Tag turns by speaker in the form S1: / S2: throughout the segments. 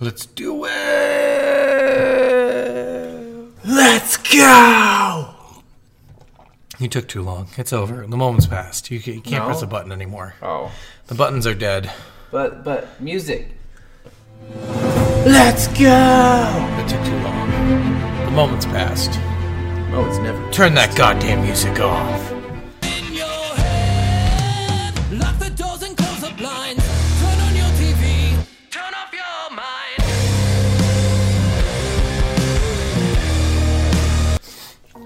S1: Let's do it.
S2: Let's go!
S1: You took too long. It's over. The moment's passed. You, ca- you can't
S2: No.
S1: press a button anymore.
S2: Oh.
S1: The buttons are dead.
S2: But, but, music. Let's go!
S1: It took too long. The moment's passed.
S2: Oh, it's never.
S1: Turn that goddamn music off.
S3: in your head. Lock the doors and close the blinds. Turn on your TV. Turn off your mind.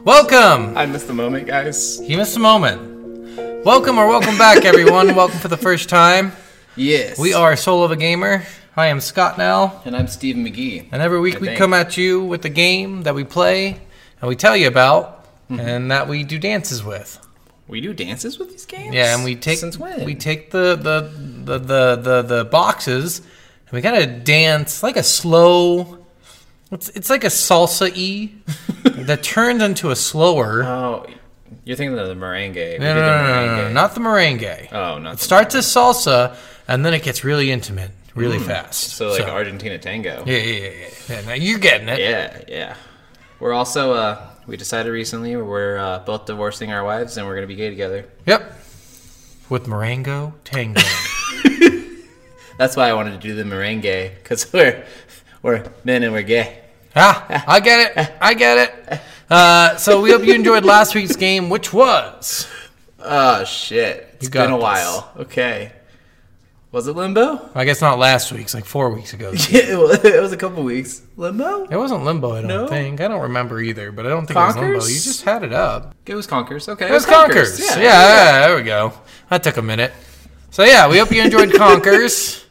S1: Welcome.
S2: I missed the moment, guys.
S1: You missed a moment. Welcome or welcome back, everyone. welcome for the first time.
S2: Yes.
S1: We are Soul of a Gamer. I am Scott now,
S2: And I'm Steve McGee.
S1: and every week
S2: I
S1: we
S2: think.
S1: come at you with a game that we play and we tell you about
S2: Mm-hmm.
S1: and that we do dances with.
S2: We do dances with these games?
S1: Yeah, and we take
S2: Since when?
S1: we take the the the the the, the boxes and we gotta dance like a slow. It's it's like a salsa e that turns into a slower.
S2: Oh, you're thinking of the merengue.
S1: no,
S2: We did
S1: no, no,
S2: the
S1: no, no, no,
S2: merengue.
S1: not the merengue.
S2: Oh, not
S1: it
S2: the-
S1: starts as salsa and then it gets really intimate, really fast.
S2: Mm. So, like Argentina tango.
S1: yeah, yeah, yeah, yeah, yeah. Now you're getting it.
S2: Yeah, yeah. We're also uh we decided recently we're uh, both divorcing our wives and we're gonna be gay together.
S1: Yep. With Marengo Tango.
S2: That's why I wanted to do the merengue because we're we're men and we're gay.
S1: ah, I get it. I get it. Uh, so we hope you enjoyed last week's game, which was
S2: Oh shit! It's
S1: You got
S2: been a
S1: this.
S2: while. Okay. Was it limbo?
S1: I guess not last week's, like four weeks ago.
S2: it was it was a couple weeks. Limbo?
S1: It wasn't limbo, I don't
S2: No?
S1: think. I don't remember either, but I don't think it was limbo.
S2: Conkers?
S1: You just had it up.
S2: It was Conkers. Okay.
S1: It was Conkers. Yeah, yeah, there we go. That took a minute. So yeah, we hope you enjoyed Conkers.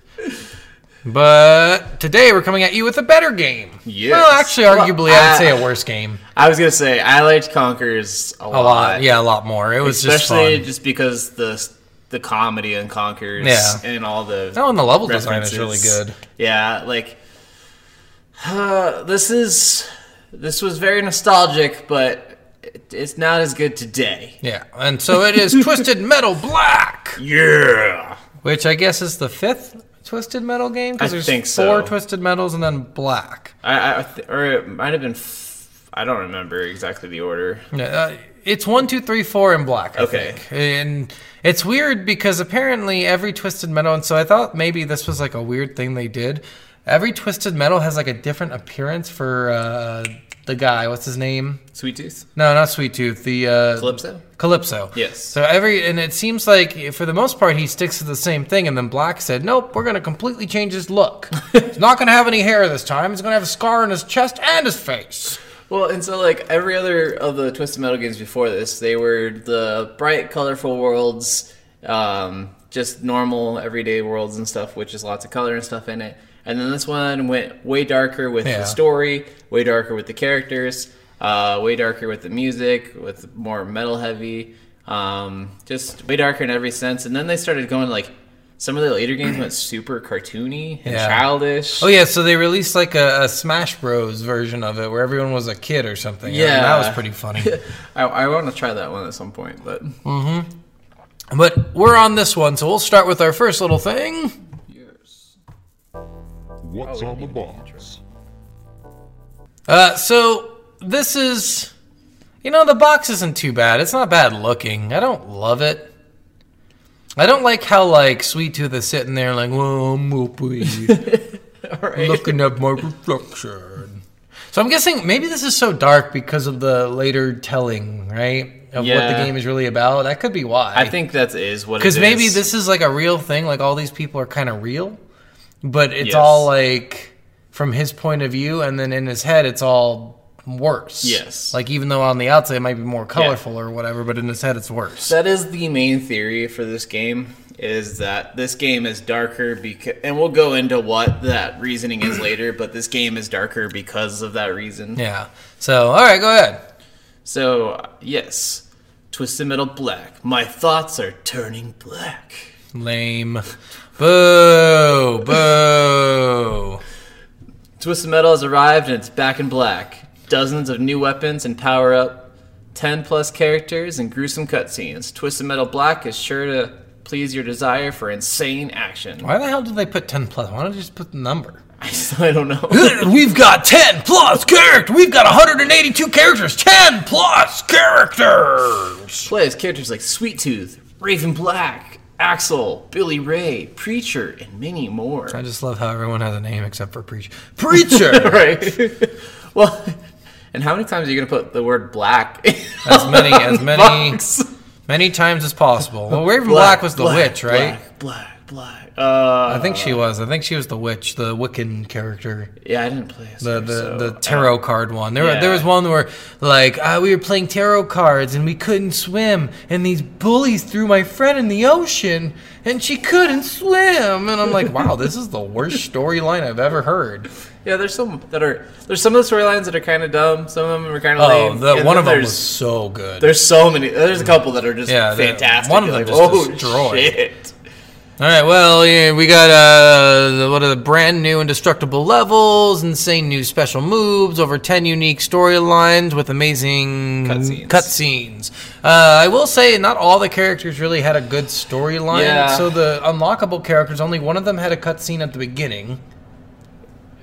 S1: But today we're coming at you with a better game.
S2: Yes.
S1: Well, actually,
S2: Well,
S1: arguably, I'd
S2: I-
S1: say a worse game.
S2: I was gonna say I liked Conkers a,
S1: A lot, yeah, a lot more. It was just
S2: Especially
S1: fun.
S2: just, because the the comedy in Conkers
S1: Yeah.
S2: and all the
S1: Oh, and the level design is really
S2: references.
S1: good.
S2: Yeah, like uh, this is this was very nostalgic, but it, it's not as good today.
S1: Yeah, and so it is Twisted Metal Black,
S2: Yeah,
S1: which I guess is the fifth Twisted Metal game
S2: I
S1: because there's
S2: think so.
S1: four Twisted Metals and then Black.
S2: I, I th- or it might have been. F- I don't remember exactly the order.
S1: Yeah, Uh, it's one, two, three, four in Black. I
S2: Okay.
S1: think. and it's weird because apparently every Twisted Metal, and so I thought maybe this was like a weird thing they did. Every Twisted Metal has like a different appearance for uh, the guy. What's his name?
S2: Sweet Tooth,
S1: No, not Sweet Tooth. The uh,
S2: Calypso.
S1: Calypso.
S2: Yes.
S1: So every and it seems like for the most part he sticks to the same thing, and then Black said, "Nope, we're gonna completely change his look. He's not gonna have any hair this time. He's gonna have a scar on his chest and his face."
S2: Well, and so like every other of the Twisted Metal games before this, they were the bright, colorful worlds, um, just normal, everyday worlds and stuff, which is lots of color and stuff in it. And then this one went way darker with
S1: Yeah.
S2: the story, way darker with the characters, uh, way darker with the music, with more metal heavy, um, just way darker in every sense. And then they started going like some of the later games went super cartoony and
S1: Yeah.
S2: childish.
S1: Oh yeah, so they released like a, a Smash Bros version of it where everyone was a kid or something. and
S2: Yeah.
S1: that was pretty funny.
S2: I, I want to try that one at some point, but
S1: but we're on this one, so we'll start with our first little thing.
S2: yes.
S4: What's on the box?
S1: Uh, so this is, you know, the box isn't too bad. It's not bad looking. I don't love it. I don't like how like Sweet Tooth is sitting there like, well, I'm whoopee, looking at my reflection. So I'm guessing maybe this is so dark because of the later telling, right? Of what the
S2: Yeah.
S1: game is really about. That could be why.
S2: I think that is what. it
S1: Because maybe
S2: is.
S1: this is like a real thing. Like all these people are kind of real, but it's
S2: Yes.
S1: all like from his point of view, and then in his head, it's all worse.
S2: Yes.
S1: Like even though on the outside it might be more colorful or whatever, but in his head, it's worse.
S2: that is the main theory for this game is that this game is darker because, and we'll go into what that reasoning is later. But this game is darker because of that reason.
S1: yeah. So all right, go ahead.
S2: So yes, twisted metal black. My thoughts are turning black.
S1: Lame. Boo. Boo.
S2: Twisted metal has arrived and it's back in black. Dozens of new weapons and power up. 10 plus characters and gruesome cutscenes. Twisted Metal Black is sure to please your desire for insane action.
S1: Why the hell did they put ten plus? Why don't they just put the number?
S2: I don't know.
S1: We've got 10 plus character. We've got 182 characters. 10 plus characters.
S2: Plays characters like Sweet Tooth, Raven Black, Axel, Billy Ray, Preacher, and many more.
S1: I just love how everyone has a name except for Preacher. Preacher!
S2: right. well, and how many times are you gonna put the word black? in
S1: as many, as many,
S2: box?
S1: many times as possible. Well, Raven Black, was the witch, right?
S2: Black, black, black. Uh,
S1: I think she was. I think she was the witch, the Wiccan character.
S2: yeah, I didn't play.
S1: the the, the tarot card one. There were- there was
S2: uh, yeah.
S1: one where like uh, we were playing tarot cards and we couldn't swim, and these bullies threw my friend in the ocean, and she couldn't swim, and I'm like, wow, this is the worst storyline I've ever heard.
S2: yeah, there's some that are. There's some of the storylines that are kind of dumb. Some of them are kind of
S1: Oh,
S2: lame.
S1: the,
S2: and
S1: one
S2: then
S1: of them
S2: there's-
S1: was so good.
S2: There's so many. There's a couple that are just
S1: Yeah, the-
S2: fantastic.
S1: one of
S2: You're
S1: them
S2: like,
S1: just
S2: "Oh,
S1: destroyed."
S2: Shit.
S1: All right, well, yeah, we got uh, the- what are the brand new indestructible levels, insane new special moves, over 10 unique storylines with amazing
S2: Cutscenes.
S1: cutscenes. Uh, I will say, not all the characters really had a good storyline.
S2: Yeah.
S1: So the unlockable characters, only one of them had a cutscene at the beginning.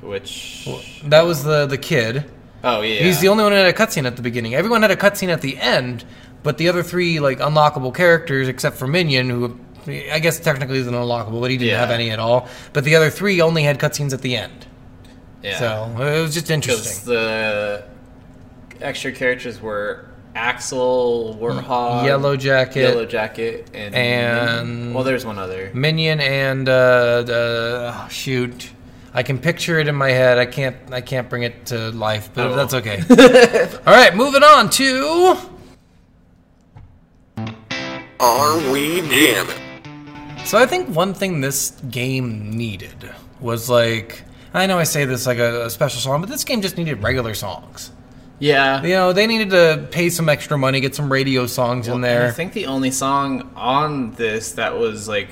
S2: Which?
S1: That was the, the kid.
S2: Oh yeah.
S1: He's the only one who had a cutscene at the beginning. Everyone had a cutscene at the end, but the other three like unlockable characters, except for Minion, who I guess technically isn't unlockable, but he didn't
S2: Yeah.
S1: have any at all. But the other three only had cutscenes at the end.
S2: Yeah.
S1: So it was just
S2: Because
S1: interesting.
S2: the extra characters were Axel, Warthog,
S1: Yellow Jacket.
S2: uh, Yellow Jacket, and,
S1: And-
S2: well, there's one other.
S1: Minion and uh, uh, oh, shoot, I can picture it in my head. I can't. I can't bring it to life, but
S2: Oh.
S1: that's okay. all right, moving on to.
S5: Are we in?
S1: So I think one thing this game needed was like I know I say this like a, a special song, but this game just needed regular songs.
S2: Yeah.
S1: You know, they needed to pay some extra money, get some radio songs in
S2: I
S1: there.
S2: think the only song on this that was like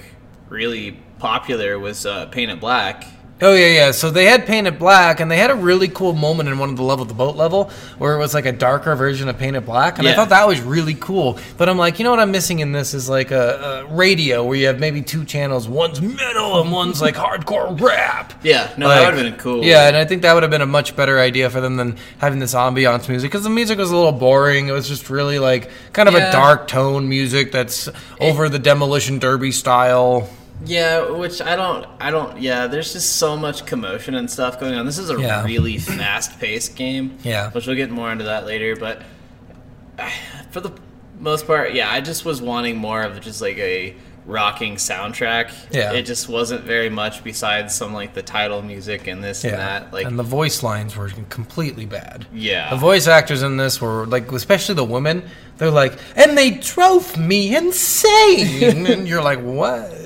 S2: really popular was uh, "Paint It Black."
S1: Oh yeah, yeah. So they had Painted Black, and they had a really cool moment in one of the level, the boat level, where it was like a darker version of Painted Black, and I
S2: Yeah.
S1: thought that was really cool. But I'm like, you know what I'm missing in this is like a, a radio where you have maybe two channels, one's metal and one's like hardcore rap.
S2: Yeah. No,
S1: Like,
S2: that would have been cool.
S1: Yeah, and I think that would have been a much better idea for them than having this ambiance music because the music was a little boring. It was just really like kind of a
S2: Yeah.
S1: dark tone music that's over the demolition derby style.
S2: Yeah, which I don't, I don't. Yeah, there's just so much commotion and stuff going on. This is a
S1: Yeah.
S2: really fast-paced game.
S1: Yeah.
S2: which we'll get more into that later. But ah, for the most part, yeah, I just was wanting more of just like a rocking soundtrack.
S1: Yeah.
S2: it just wasn't very much besides some like the title music and this and that. Like,
S1: and the voice lines were completely bad.
S2: Yeah.
S1: The voice actors in this were like, especially the women, they're like, and they drove me insane. and you're like, what?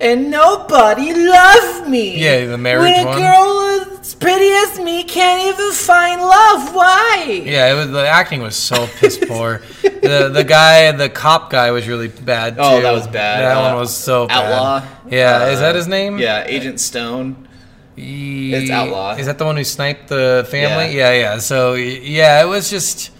S2: and nobody loved me.
S1: Yeah, the marriage one.
S2: girl as pretty as me can't even find love, why?
S1: Yeah, it was, the acting was so piss poor. the the guy, the cop guy, was really bad too.
S2: Oh, that was bad.
S1: That
S2: Uh,
S1: one was so bad.
S2: Outlaw.
S1: Yeah,
S2: Uh,
S1: is that his name?
S2: Yeah, Agent Stone.
S1: He-
S2: It's Outlaw.
S1: Is that the one who sniped the family? Yeah,
S2: Yeah.
S1: yeah. So y- yeah, it was just.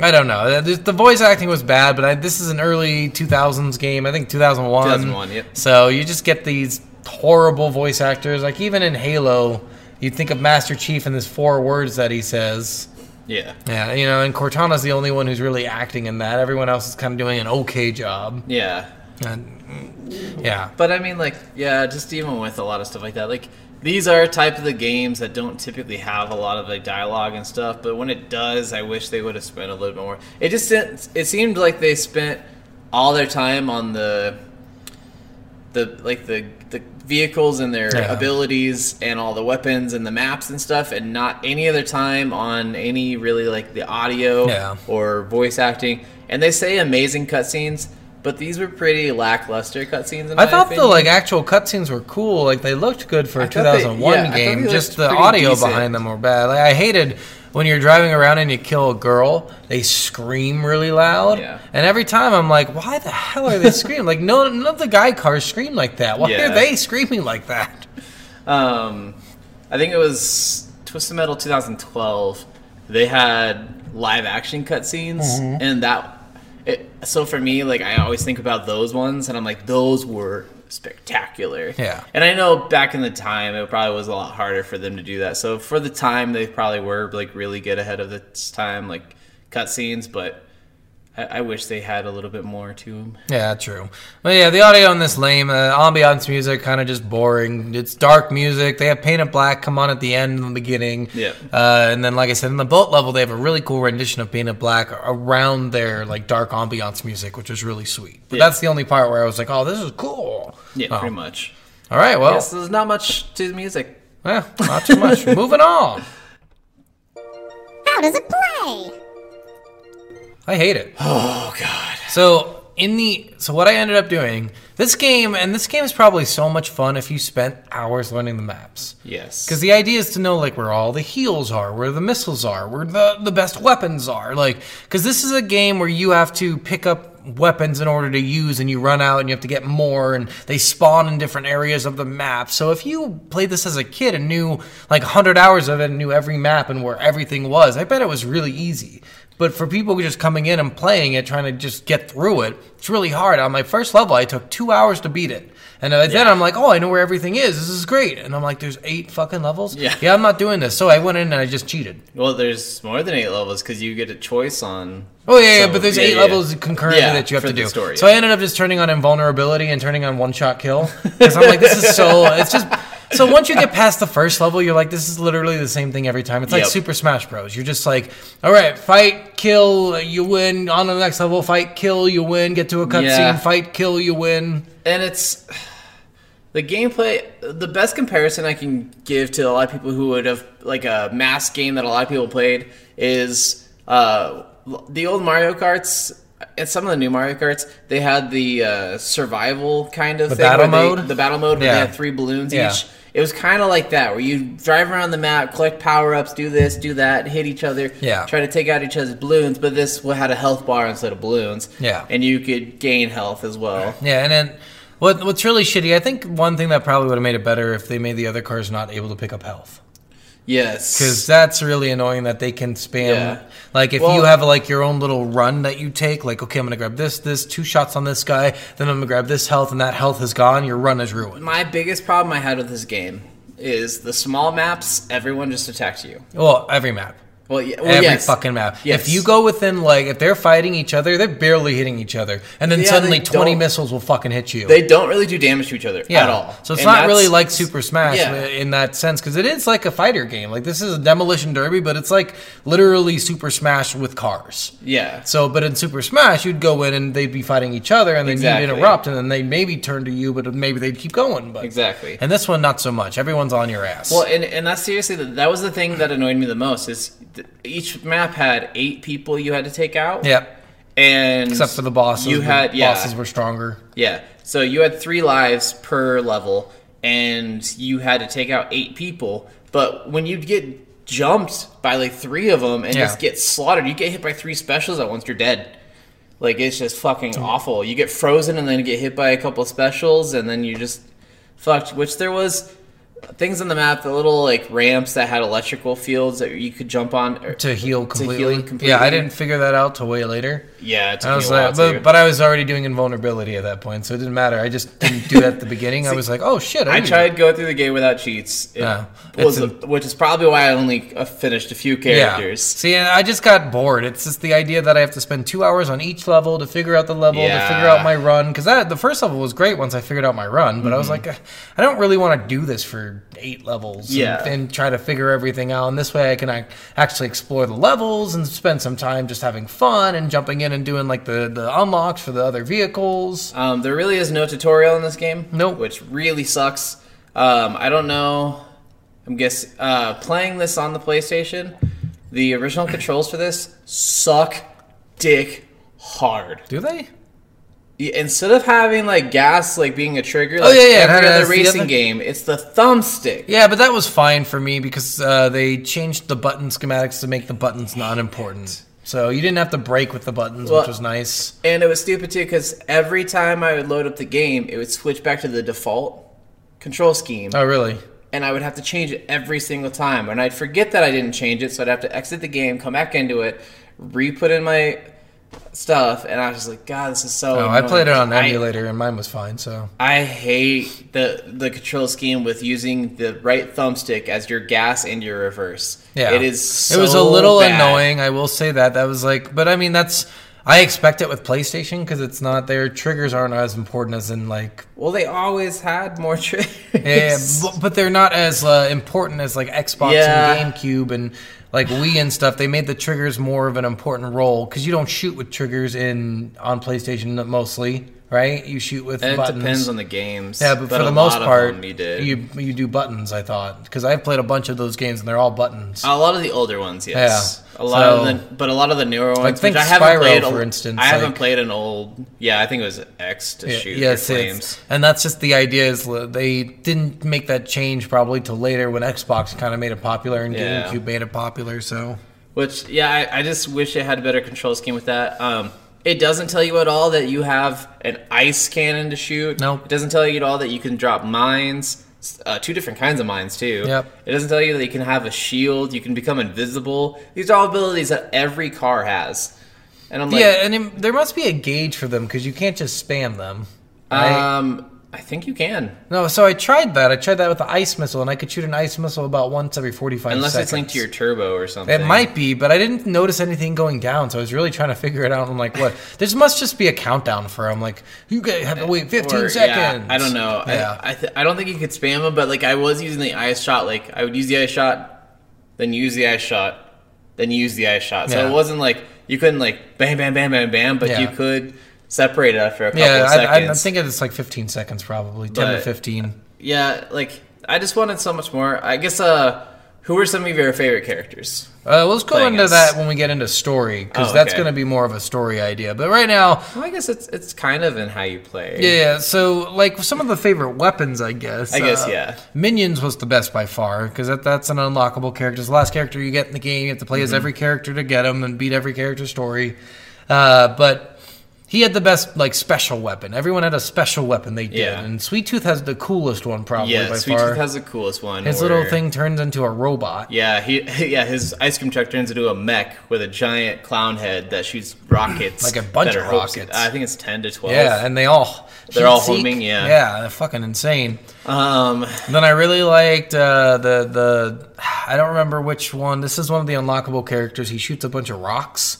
S1: I don't know. The, the voice acting was bad, but I, this is an early 2000s game. I think 2001.
S2: 2001, yep.
S1: So you just get these horrible voice actors. Like even in Halo, you think of Master Chief and his four words that he says.
S2: Yeah.
S1: Yeah, you know, and Cortana's the only one who's really acting in that. Everyone else is kind of doing an okay job.
S2: Yeah.
S1: And, yeah.
S2: But I mean, like, yeah, just even with a lot of stuff like that, like, these are type of the games that don't typically have a lot of like dialogue and stuff. But when it does, I wish they would have spent a little bit more. It just didn't, it seemed like they spent all their time on the the like the the vehicles and their
S1: Yeah.
S2: abilities and all the weapons and the maps and stuff, and not any other time on any really like the audio
S1: Yeah.
S2: or voice acting. And they say amazing cutscenes. But these were pretty lackluster cutscenes. In
S1: I
S2: my
S1: thought the
S2: opinion.
S1: like actual cutscenes were cool. Like they looked good for a
S2: thought they-
S1: 2001
S2: yeah, I thought they
S1: game.
S2: looked
S1: Just the
S2: pretty
S1: audio
S2: decent.
S1: behind them were bad. Like I hated when you're driving around and you kill a girl, they scream really loud.
S2: Yeah.
S1: And every time I'm like, why the hell are they screaming? like no, none of the guy cars scream like that. Why
S2: Yeah.
S1: are they screaming like that?
S2: um, I think it was Twisted Metal 2012. They had live action cutscenes, and that. It, so for me, like I always think about those ones, and I'm like, those were spectacular.
S1: Yeah.
S2: And I know back in the time, it probably was a lot harder for them to do that. So for the time, they probably were like really good ahead of its time, like cutscenes. But I, I wish they had a little bit more to them.
S1: Yeah, true. But yeah, the audio on this lame. Uh, ambiance music kind of just boring. It's dark music. They have painted black come on at the end and the beginning.
S2: Yep.
S1: Uh, and then, like I said, in the boat level, they have a really cool rendition of painted black around their like dark ambiance music, which is really sweet. But
S2: Yeah.
S1: that's the only part where I was like, "Oh, this is cool."
S2: Yeah,
S1: Oh.
S2: pretty much.
S1: All right. Well,
S2: Yes, there's not much to the music.
S1: yeah, not too much. Moving on.
S6: How does it play?
S1: I hate it.
S2: Oh God.
S1: So in the so what I ended up doing this game, and this game is probably so much fun if you spent hours learning the maps.
S2: Yes.
S1: Because the idea is to know like where all the heals are, where the missiles are, where the the best weapons are. Like, because this is a game where you have to pick up weapons in order to use, and you run out, and you have to get more, and they spawn in different areas of the map. So if you played this as a kid and knew like 100 hours of it, and knew every map and where everything was, I bet it was really easy. But for people just coming in and playing it, trying to just get through it, it's really hard. On my first level, I took two hours to beat it. And then I'm like, oh, I know where everything is. This is great. And I'm like, there's eight fucking levels?
S2: Yeah.
S1: Yeah, I'm not doing this. So I went in and I just cheated.
S2: Well, there's more than eight levels because you get a choice on.
S1: Oh, yeah, yeah,
S2: So,
S1: but there's
S2: yeah,
S1: eight
S2: yeah.
S1: levels concurrently
S2: Yeah,
S1: that you have
S2: for
S1: to
S2: the
S1: do.
S2: story,
S1: so I ended up just turning on invulnerability and turning on one shot kill. Because I'm like, this is so. It's just. So once you get past the first level, you're like, this is literally the same thing every time. It's like
S2: Yep.
S1: Super Smash Bros. You're just like, all right, fight, kill, you win. On to the next level, fight, kill, you win. Get to a cutscene,
S2: Yeah.
S1: fight, kill, you win.
S2: and it's the gameplay the best comparison i can give to a lot of people who would have like a mass game that a lot of people played is uh, the old mario karts and some of the new mario karts they had the uh, survival kind of
S1: The
S2: thing
S1: battle
S2: where they-
S1: mode?
S2: the battle mode where
S1: Yeah.
S2: they had three balloons
S1: Yeah.
S2: each it was kind of like that where you drive around the map collect power-ups do this do that hit each other
S1: Yeah.
S2: try to take out each other's balloons but this had a health bar instead of balloons
S1: Yeah.
S2: and you could gain health as well
S1: Yeah, and then what what's really shitty, I think one thing that probably would have made it better if they made the other cars not able to pick up health.
S2: Yes.
S1: Because that's really annoying that they can spam.
S2: Yeah.
S1: Like if you
S2: Well-
S1: have like your own little run that you take, like okay, I'm gonna grab this, this, two shots on this guy, then I'm gonna grab this health, and that health is gone. Your run is ruined.
S2: my biggest problem I had with this game is the small maps, everyone just attacks you.
S1: Well, every map,
S2: Well, yeah, well,
S1: every
S2: yes.
S1: fucking map.
S2: Yes.
S1: If you go within like if they're fighting each other, they're barely hitting each other, and then
S2: Yeah,
S1: suddenly
S2: they
S1: 20
S2: don't-
S1: missiles will fucking hit you.
S2: They don't really do damage to each other at all.
S1: So it's
S2: And
S1: not really
S2: that's-
S1: like Super Smash
S2: Yeah.
S1: uh, in that sense because it is like a fighter game. Like this is a demolition derby, but it's like literally Super Smash with cars.
S2: Yeah.
S1: So, but in Super Smash, you'd go in and they'd be fighting each other, and then you'd
S2: Exactly.
S1: interrupt, and then they maybe turn to you, but maybe they'd keep going. But
S2: Exactly.
S1: And this one, not so much. Everyone's on your ass.
S2: Well, and, and that's seriously the, that was the thing that annoyed me the most is th- each map had eight people you had to take out.
S1: yep.
S2: And
S1: Except for the bosses,
S2: You
S1: the
S2: had yeah.
S1: bosses were stronger.
S2: Yeah. So you had three lives per level, and you had to take out eight people. But when you'd get jumped by like three of them and
S1: Yeah.
S2: just get slaughtered, you get hit by three specials at once. You're dead. Like it's just fucking awful. You get frozen and then you get hit by a couple specials, and then you just fucked. Which there was things on the map, the little like ramps that had electrical fields that you could jump on. er, Or,
S1: To heal completely.
S2: completely.
S1: Yeah, I didn't figure that out till way later.
S2: yeah, it took
S1: I was
S2: me a while
S1: like, but,
S2: to-
S1: but I was already doing invulnerability at that point, so it didn't matter. I just didn't do that at the beginning. I was like, oh shit!
S2: I
S1: didn't-
S2: tried going through the game without cheats. It
S1: Yeah.
S2: was
S1: It's
S2: a- which is probably why I only uh, finished a few characters.
S1: See, and I just got bored. It's just the idea that I have to spend two hours on each level to figure out the level,
S2: Yeah.
S1: to figure out my run. Because that the first level was great once I figured out my run, but I was
S2: Mm-hmm.
S1: like, "Eh, I don't really want to do this for eight levels. and-
S2: Yeah.
S1: And, try to figure everything out. And this way, I can ac- actually explore the levels and spend some time just having fun and jumping in and doing like the the unlocks for the other vehicles.
S2: Um, there really is no tutorial in this game.
S1: Nope.
S2: Which really sucks. Um, I don't know. I'm guess uh, playing this on the PlayStation, the original controls for this suck dick hard.
S1: Do they?
S2: Y- Instead of having like gas like being a trigger, like
S1: Oh, yeah, yeah, it had
S2: every
S1: it
S2: other
S1: as the
S2: racing
S1: other-
S2: game, it's the thumbstick.
S1: Yeah, but that was fine for me because uh, they changed the button schematics to make the buttons not important. So you didn't have to break with the buttons,
S2: Well-
S1: which was nice.
S2: And it was stupid too because every time I would load up the game, it would switch back to the default control scheme,
S1: Oh, really?
S2: and I would have to change it every single time. And I'd forget that I didn't change it, so I'd have to exit the game, come back into it, re-put in my stuff, and I was just like, God, this is so.
S1: Oh, I played it
S2: annoying."
S1: on
S2: I-
S1: emulator and mine was fine. So
S2: I hate the the control scheme with using the right thumbstick as your gas and your reverse.
S1: yeah,
S2: it is. So
S1: it was a little
S2: bad.
S1: annoying. I will say that that was like, but I mean that's I expect it with PlayStation because it's not their triggers aren't as important as in like
S2: Well, they always had more tricks.
S1: Yeah, Eh, bu- but they're not as uh, important as like Xbox
S2: Yeah.
S1: and GameCube and like Wii and stuff. They made the triggers more of an important role because you don't shoot with triggers in on PlayStation uh, mostly, right? You shoot with
S2: And it
S1: buttons.
S2: depends on the games.
S1: yeah, but, for
S2: a
S1: the most
S2: lot of
S1: part,
S2: them you did.
S1: you you do buttons. I thought because I've played a bunch of those games and they're all buttons.
S2: A lot of the older ones, yes.
S1: Yeah.
S2: A lot
S1: So-
S2: of the, but a lot of the newer ones.
S1: think
S2: which I haven't
S1: Spyro,
S2: played, a-
S1: for instance,
S2: I haven't
S1: like-
S2: played an old. Yeah, I think it was X to
S1: Yeah,
S2: shoot
S1: yes,
S2: your
S1: it's-
S2: flames.
S1: and that's just the idea is li- they didn't make that change probably till later when Xbox kind of made it popular and
S2: Yeah.
S1: GameCube made it popular. So
S2: Which, yeah, I, I just wish it had a better control scheme with that. Um, it doesn't tell you at all that you have an ice cannon to shoot.
S1: Nope.
S2: It doesn't tell you at all that you can drop mines. S- Uh, two different kinds of mines too.
S1: Yep.
S2: It doesn't tell you that you can have a shield. You can become invisible. These are all abilities that every car has. And I'm like,
S1: yeah, and it, there must be a gauge for them because you can't just spam them. Right?
S2: um, I think you can.
S1: no, so I tried that. I tried that with the ice missile, and I could shoot an ice missile about once every forty-five.
S2: Unless
S1: seconds.
S2: it's linked to your turbo or something.
S1: It might be, but I didn't notice anything going down, so I was really trying to figure it out. I'm like, what? There must just be a countdown for. I'm like, you guys have to wait fifteen
S2: Or,
S1: seconds.
S2: Yeah, I don't know.
S1: Yeah.
S2: I I, th- I don't think you could spam them, but like I was using the ice shot. Like I would use the ice shot, then use the ice shot, then use the ice shot. So
S1: Yeah.
S2: it wasn't like you couldn't like bam, bam, bam, bam, bam, but
S1: Yeah.
S2: you could separate it after a couple
S1: yeah,
S2: of
S1: I, I,
S2: seconds.
S1: I'm thinking it's like fifteen seconds, probably ten to
S2: But-
S1: fifteen.
S2: yeah, like I just wanted so much more. I guess. uh Who were some of your favorite characters?
S1: Uh, let's go
S2: playing
S1: into
S2: is-
S1: that when we get into story, because
S2: Oh,
S1: that's
S2: okay.
S1: going to be more of a story idea. But right now,
S2: Well, I guess it's it's kind of in how you play.
S1: Yeah, yeah, so like some of the favorite weapons, I guess. uh,
S2: I guess, yeah.
S1: Minions was the best by far because that, that's an unlockable character. It's the last character you get in the game. You have to play
S2: Mm-hmm.
S1: as every character to get him and beat every character's story. Uh, but he had the best like special weapon. Everyone had a special weapon they did,
S2: Yeah.
S1: and Sweet Tooth has the coolest one probably
S2: Yeah,
S1: by
S2: Sweet
S1: far.
S2: Tooth has the coolest one.
S1: His little
S2: where-
S1: thing turns into a robot.
S2: Yeah, he yeah, his ice cream truck turns into a mech with a giant clown head that shoots rockets.
S1: Like a bunch
S2: that
S1: of
S2: are hopes-
S1: rockets.
S2: I think it's ten to twelve.
S1: Yeah, and they all
S2: They're all
S1: heat-seek.
S2: homing, yeah.
S1: yeah, they're fucking insane.
S2: um
S1: Then I really liked uh, the the I don't remember which one. This is one of the unlockable characters. He shoots a bunch of rocks.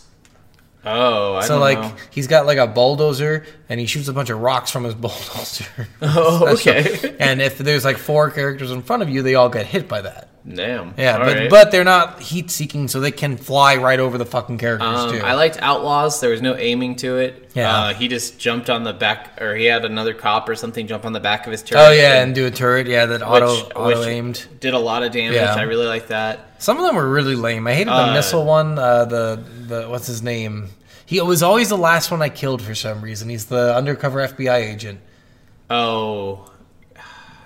S2: oh I
S1: So
S2: don't
S1: like
S2: know.
S1: he's got like a bulldozer and he shoots a bunch of rocks from his bulldozer.
S2: Oh okay.
S1: Special. and if there's like four characters in front of you, they all get hit by that.
S2: Damn.
S1: Yeah,
S2: All
S1: but
S2: right.
S1: but they're not heat seeking, so they can fly right over the fucking characters
S2: Um,
S1: too.
S2: I liked Outlaws. There was no aiming to it.
S1: Yeah.
S2: Uh, he just jumped on the back, or he had another cop or something jump on the back of his turret.
S1: oh yeah, and do a turret. Yeah, that auto
S2: which-
S1: auto
S2: which
S1: aimed.
S2: Did a lot of damage.
S1: Yeah.
S2: I really like that.
S1: Some of them were really lame. I hated the
S2: Uh,
S1: missile one. Uh, the the what's his name? He was always the last one I killed for some reason. He's the undercover FBI agent.
S2: Oh,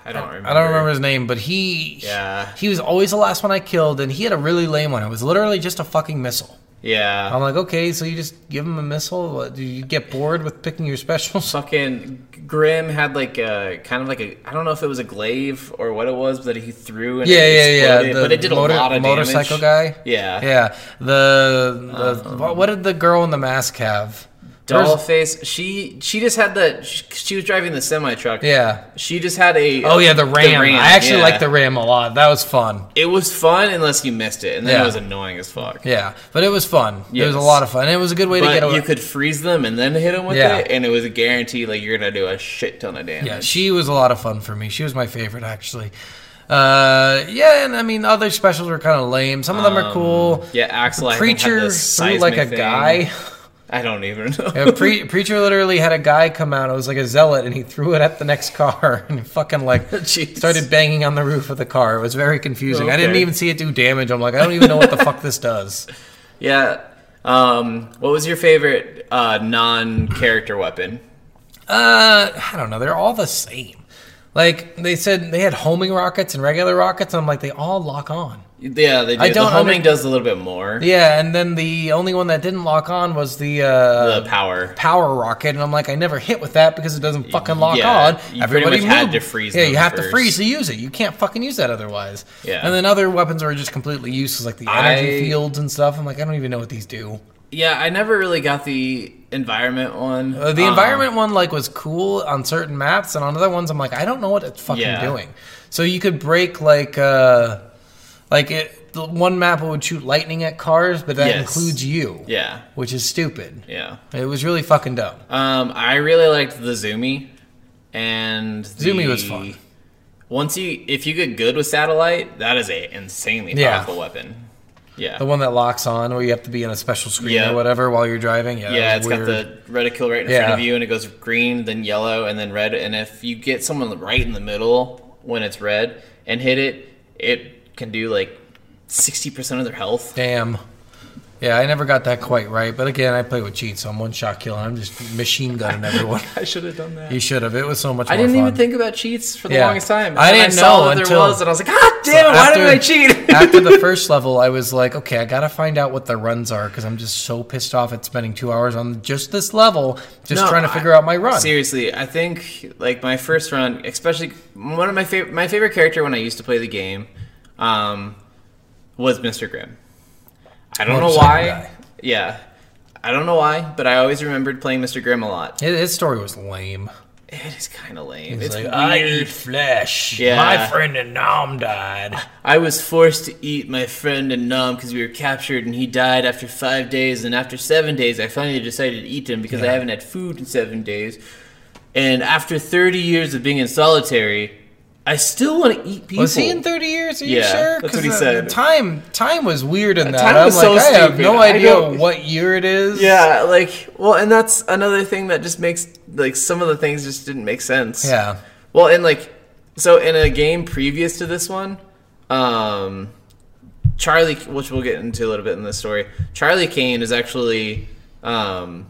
S2: I don't remember.
S1: I don't remember his name, but he
S2: Yeah.
S1: he was always the last one I killed, and he had a really lame one. It was literally just a fucking missile.
S2: Yeah.
S1: I'm like, okay, so you just give him a missile? What, Do you get bored with picking your specials?
S2: Fucking Grim had like a kind of like a I don't know if it was a glaive or what it was that he threw and
S1: Yeah,
S2: it
S1: yeah, yeah.
S2: exploded,
S1: The
S2: but it did
S1: motor-
S2: a lot of
S1: motorcycle
S2: damage.
S1: guy.
S2: Yeah. Um,
S1: yeah. The, the what- what did the girl in the mask have? Hers-
S2: Dollface, she she just had the she, she was driving the semi truck.
S1: Yeah.
S2: She just had a
S1: Oh yeah, the ram. I actually
S2: yeah.
S1: like the ram a lot. That was fun.
S2: It was fun unless you missed it, and then
S1: Yeah.
S2: it was annoying as fuck.
S1: Yeah, but it was fun. It was a
S2: Yes.
S1: lot of fun. It was a good way to get
S2: But
S1: away.
S2: you could freeze them and then hit them with
S1: Yeah.
S2: it, and it was a guarantee like you're gonna do a shit ton of damage.
S1: yeah, she was a lot of fun for me. She was my favorite actually. Uh, yeah, and I mean other specials were kind of lame. Some of them are cool.
S2: yeah, Axel.
S1: Preacher
S2: Um, I
S1: threw like a guy.
S2: I don't even know.
S1: Yeah, Pre- Preacher literally had a guy come out. It was like a zealot, and he threw it at the next car and fucking like
S2: Jeez.
S1: started banging on the roof of the car. It was very confusing. I didn't
S2: Okay.
S1: even see it do damage. I'm like, I don't even know what the fuck this does.
S2: Yeah. Um, what was your favorite uh, non-character weapon?
S1: Uh, I don't know. They're all the same. Like they said, they had homing rockets and regular rockets. And I'm like, they all lock on.
S2: Yeah, they do.
S1: I don't
S2: the homing
S1: under-
S2: does a little bit more.
S1: Yeah, and then the only one that didn't lock on was the uh,
S2: The power.
S1: power rocket, and I'm like, I never hit with that because it doesn't fucking lock
S2: Yeah,
S1: on.
S2: you pretty much had to freeze
S1: Yeah,
S2: them
S1: you have to
S2: first.
S1: freeze to use it. You can't fucking use that otherwise.
S2: Yeah.
S1: And then other weapons are just completely useless, like the energy
S2: I-
S1: fields and stuff. I'm like, I don't even know what these do.
S2: Yeah, I never really got the environment one.
S1: Uh, the
S2: Um,
S1: environment one like was cool on certain maps, and on other ones I'm like, I don't know what it's fucking
S2: Yeah.
S1: doing. So you could break like uh like it, the one map would shoot lightning at cars, but that
S2: Yes.
S1: includes you,
S2: Yeah,
S1: which is stupid.
S2: yeah.
S1: It was really fucking dumb.
S2: Um, I really liked the Zoomy, and the,
S1: Zoomy was fun.
S2: Once you, if you get good with satellite, that is a insanely
S1: Yeah.
S2: powerful weapon. Yeah,
S1: The one that locks on, where you have to be in a special screen
S2: Yeah.
S1: or whatever while you're driving. Yeah,
S2: yeah,
S1: that
S2: it's
S1: was
S2: got
S1: weird.
S2: the reticule right in
S1: Yeah.
S2: front of you, and it goes green, then yellow, and then red. And if you get someone right in the middle when it's red and hit it, it can do like sixty percent of their health.
S1: Damn. Yeah, I never got that quite right. But again, I play with cheats, so I'm one shot killing. I'm just machine gunning everyone.
S2: I should have done that.
S1: you should have. It was so much.
S2: I
S1: more
S2: didn't even
S1: fun.
S2: think about cheats for the
S1: Yeah.
S2: longest time.
S1: I
S2: And
S1: didn't
S2: saw
S1: know
S2: that
S1: until-
S2: there was, and I was like, God damn! it, why
S1: After-
S2: did I cheat?
S1: after the first level, I was like, okay, I gotta find out what the runs are because I'm just so pissed off at spending two hours on just this level, just
S2: No,
S1: trying to
S2: I-
S1: figure out my run.
S2: Seriously, I think like my first run, especially one of my favorite my favorite character when I used to play the game, um, was Mr. Grimm. I don't know
S1: Motorcycle
S2: why.
S1: guy.
S2: Yeah, I don't know why, but I always remembered playing Mr. Grimm a lot.
S1: His- His story was lame.
S2: It is kind of lame.
S1: It's
S2: It's
S1: like,
S2: weird.
S1: I
S2: I,
S1: eat flesh.
S2: Yeah.
S1: My friend Anam died.
S2: was forced to eat my friend and Nom because we were captured, and he died after five days. And after seven days, I finally decided to eat him because I haven't had food in seven days. And after 30 years of being in solitary, I still want to eat people.
S1: Was he in 30 years? Are you
S2: Yeah,
S1: sure?
S2: that's what
S1: 'Cause
S2: he
S1: the-
S2: said. Uh,
S1: Time, time was weird in that.
S2: time
S1: I'm
S2: was
S1: like,
S2: so
S1: I have
S2: stupid.
S1: no
S2: I
S1: idea
S2: don't-
S1: what year it is.
S2: Yeah, like well, and that's another thing that just makes like some of the things just didn't make sense.
S1: Yeah.
S2: Well, and like so in a game previous to this one, um Charlie which we'll get into a little bit in this story. Charlie Kane is actually um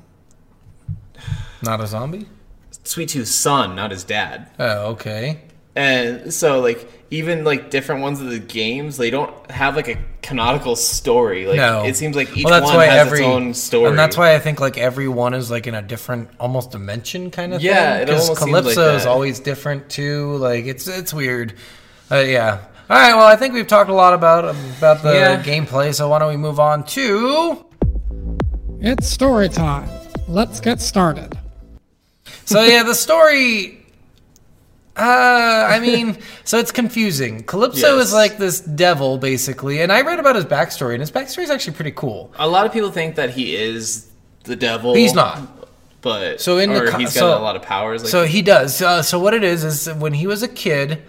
S1: Not a zombie?
S2: Sweet Tooth's son, not his dad.
S1: Oh, okay.
S2: And so like even like different ones of the games, they don't have like a canonical story. Like
S1: No.
S2: it seems like each
S1: Well,
S2: one has its own story.
S1: And that's why I think like every one is like in a different, almost dimension kind of
S2: Yeah,
S1: thing.
S2: it almost seems like
S1: Calypso is
S2: that.
S1: always different too. Like it's it's weird. Uh, yeah. All right. Well, I think we've talked a lot about about the
S2: Yeah.
S1: gameplay. So why don't we move on to?
S7: It's story time. Let's get started.
S1: So yeah, the story. Uh, I mean, so it's confusing. Calypso
S2: Yes.
S1: is like this devil, basically, and I read about his backstory, and his backstory is actually pretty cool.
S2: a lot of people think that he is the devil.
S1: He's not.
S2: But
S1: So in the
S2: or
S1: co-
S2: he's got
S1: so-
S2: a lot of powers. Like,
S1: So he does. Uh, so what it is is when he was a kid,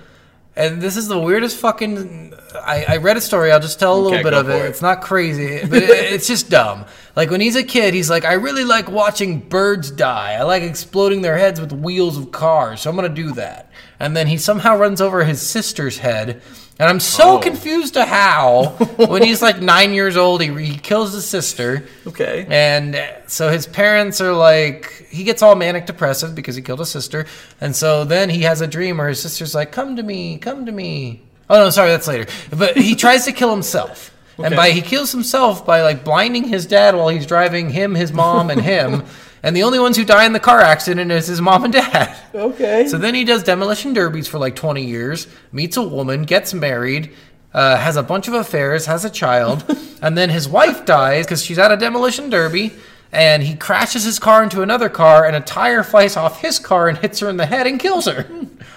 S1: and this is the weirdest fucking. I, I read a story. I'll just tell a little
S2: Okay,
S1: bit
S2: go
S1: of it.
S2: for it.
S1: It's not crazy, but it, it's just dumb. Like when he's a kid, he's like, I really like watching birds die. I like exploding their heads with wheels of cars. So I'm gonna do that. And then he somehow runs over his sister's head. And I'm so
S2: Oh.
S1: confused to how when he's like nine years old, he, he kills his sister.
S2: okay.
S1: And uh, so his parents are like, he gets all manic depressive because he killed his sister. And so then he has a dream where his sister's like, come to me, come to me. Oh, no, sorry, that's later. But he tries to kill himself. And
S2: Okay.
S1: by he kills himself by like blinding his dad while he's driving him, his mom, and him. and the only ones who die in the car accident is his mom and dad.
S2: okay.
S1: So then he does demolition derbies for like 20 years, meets a woman, gets married, uh, has a bunch of affairs, has a child, and then his wife dies because she's at a demolition derby. And he crashes his car into another car, and a tire flies off his car and hits her in the head and kills her.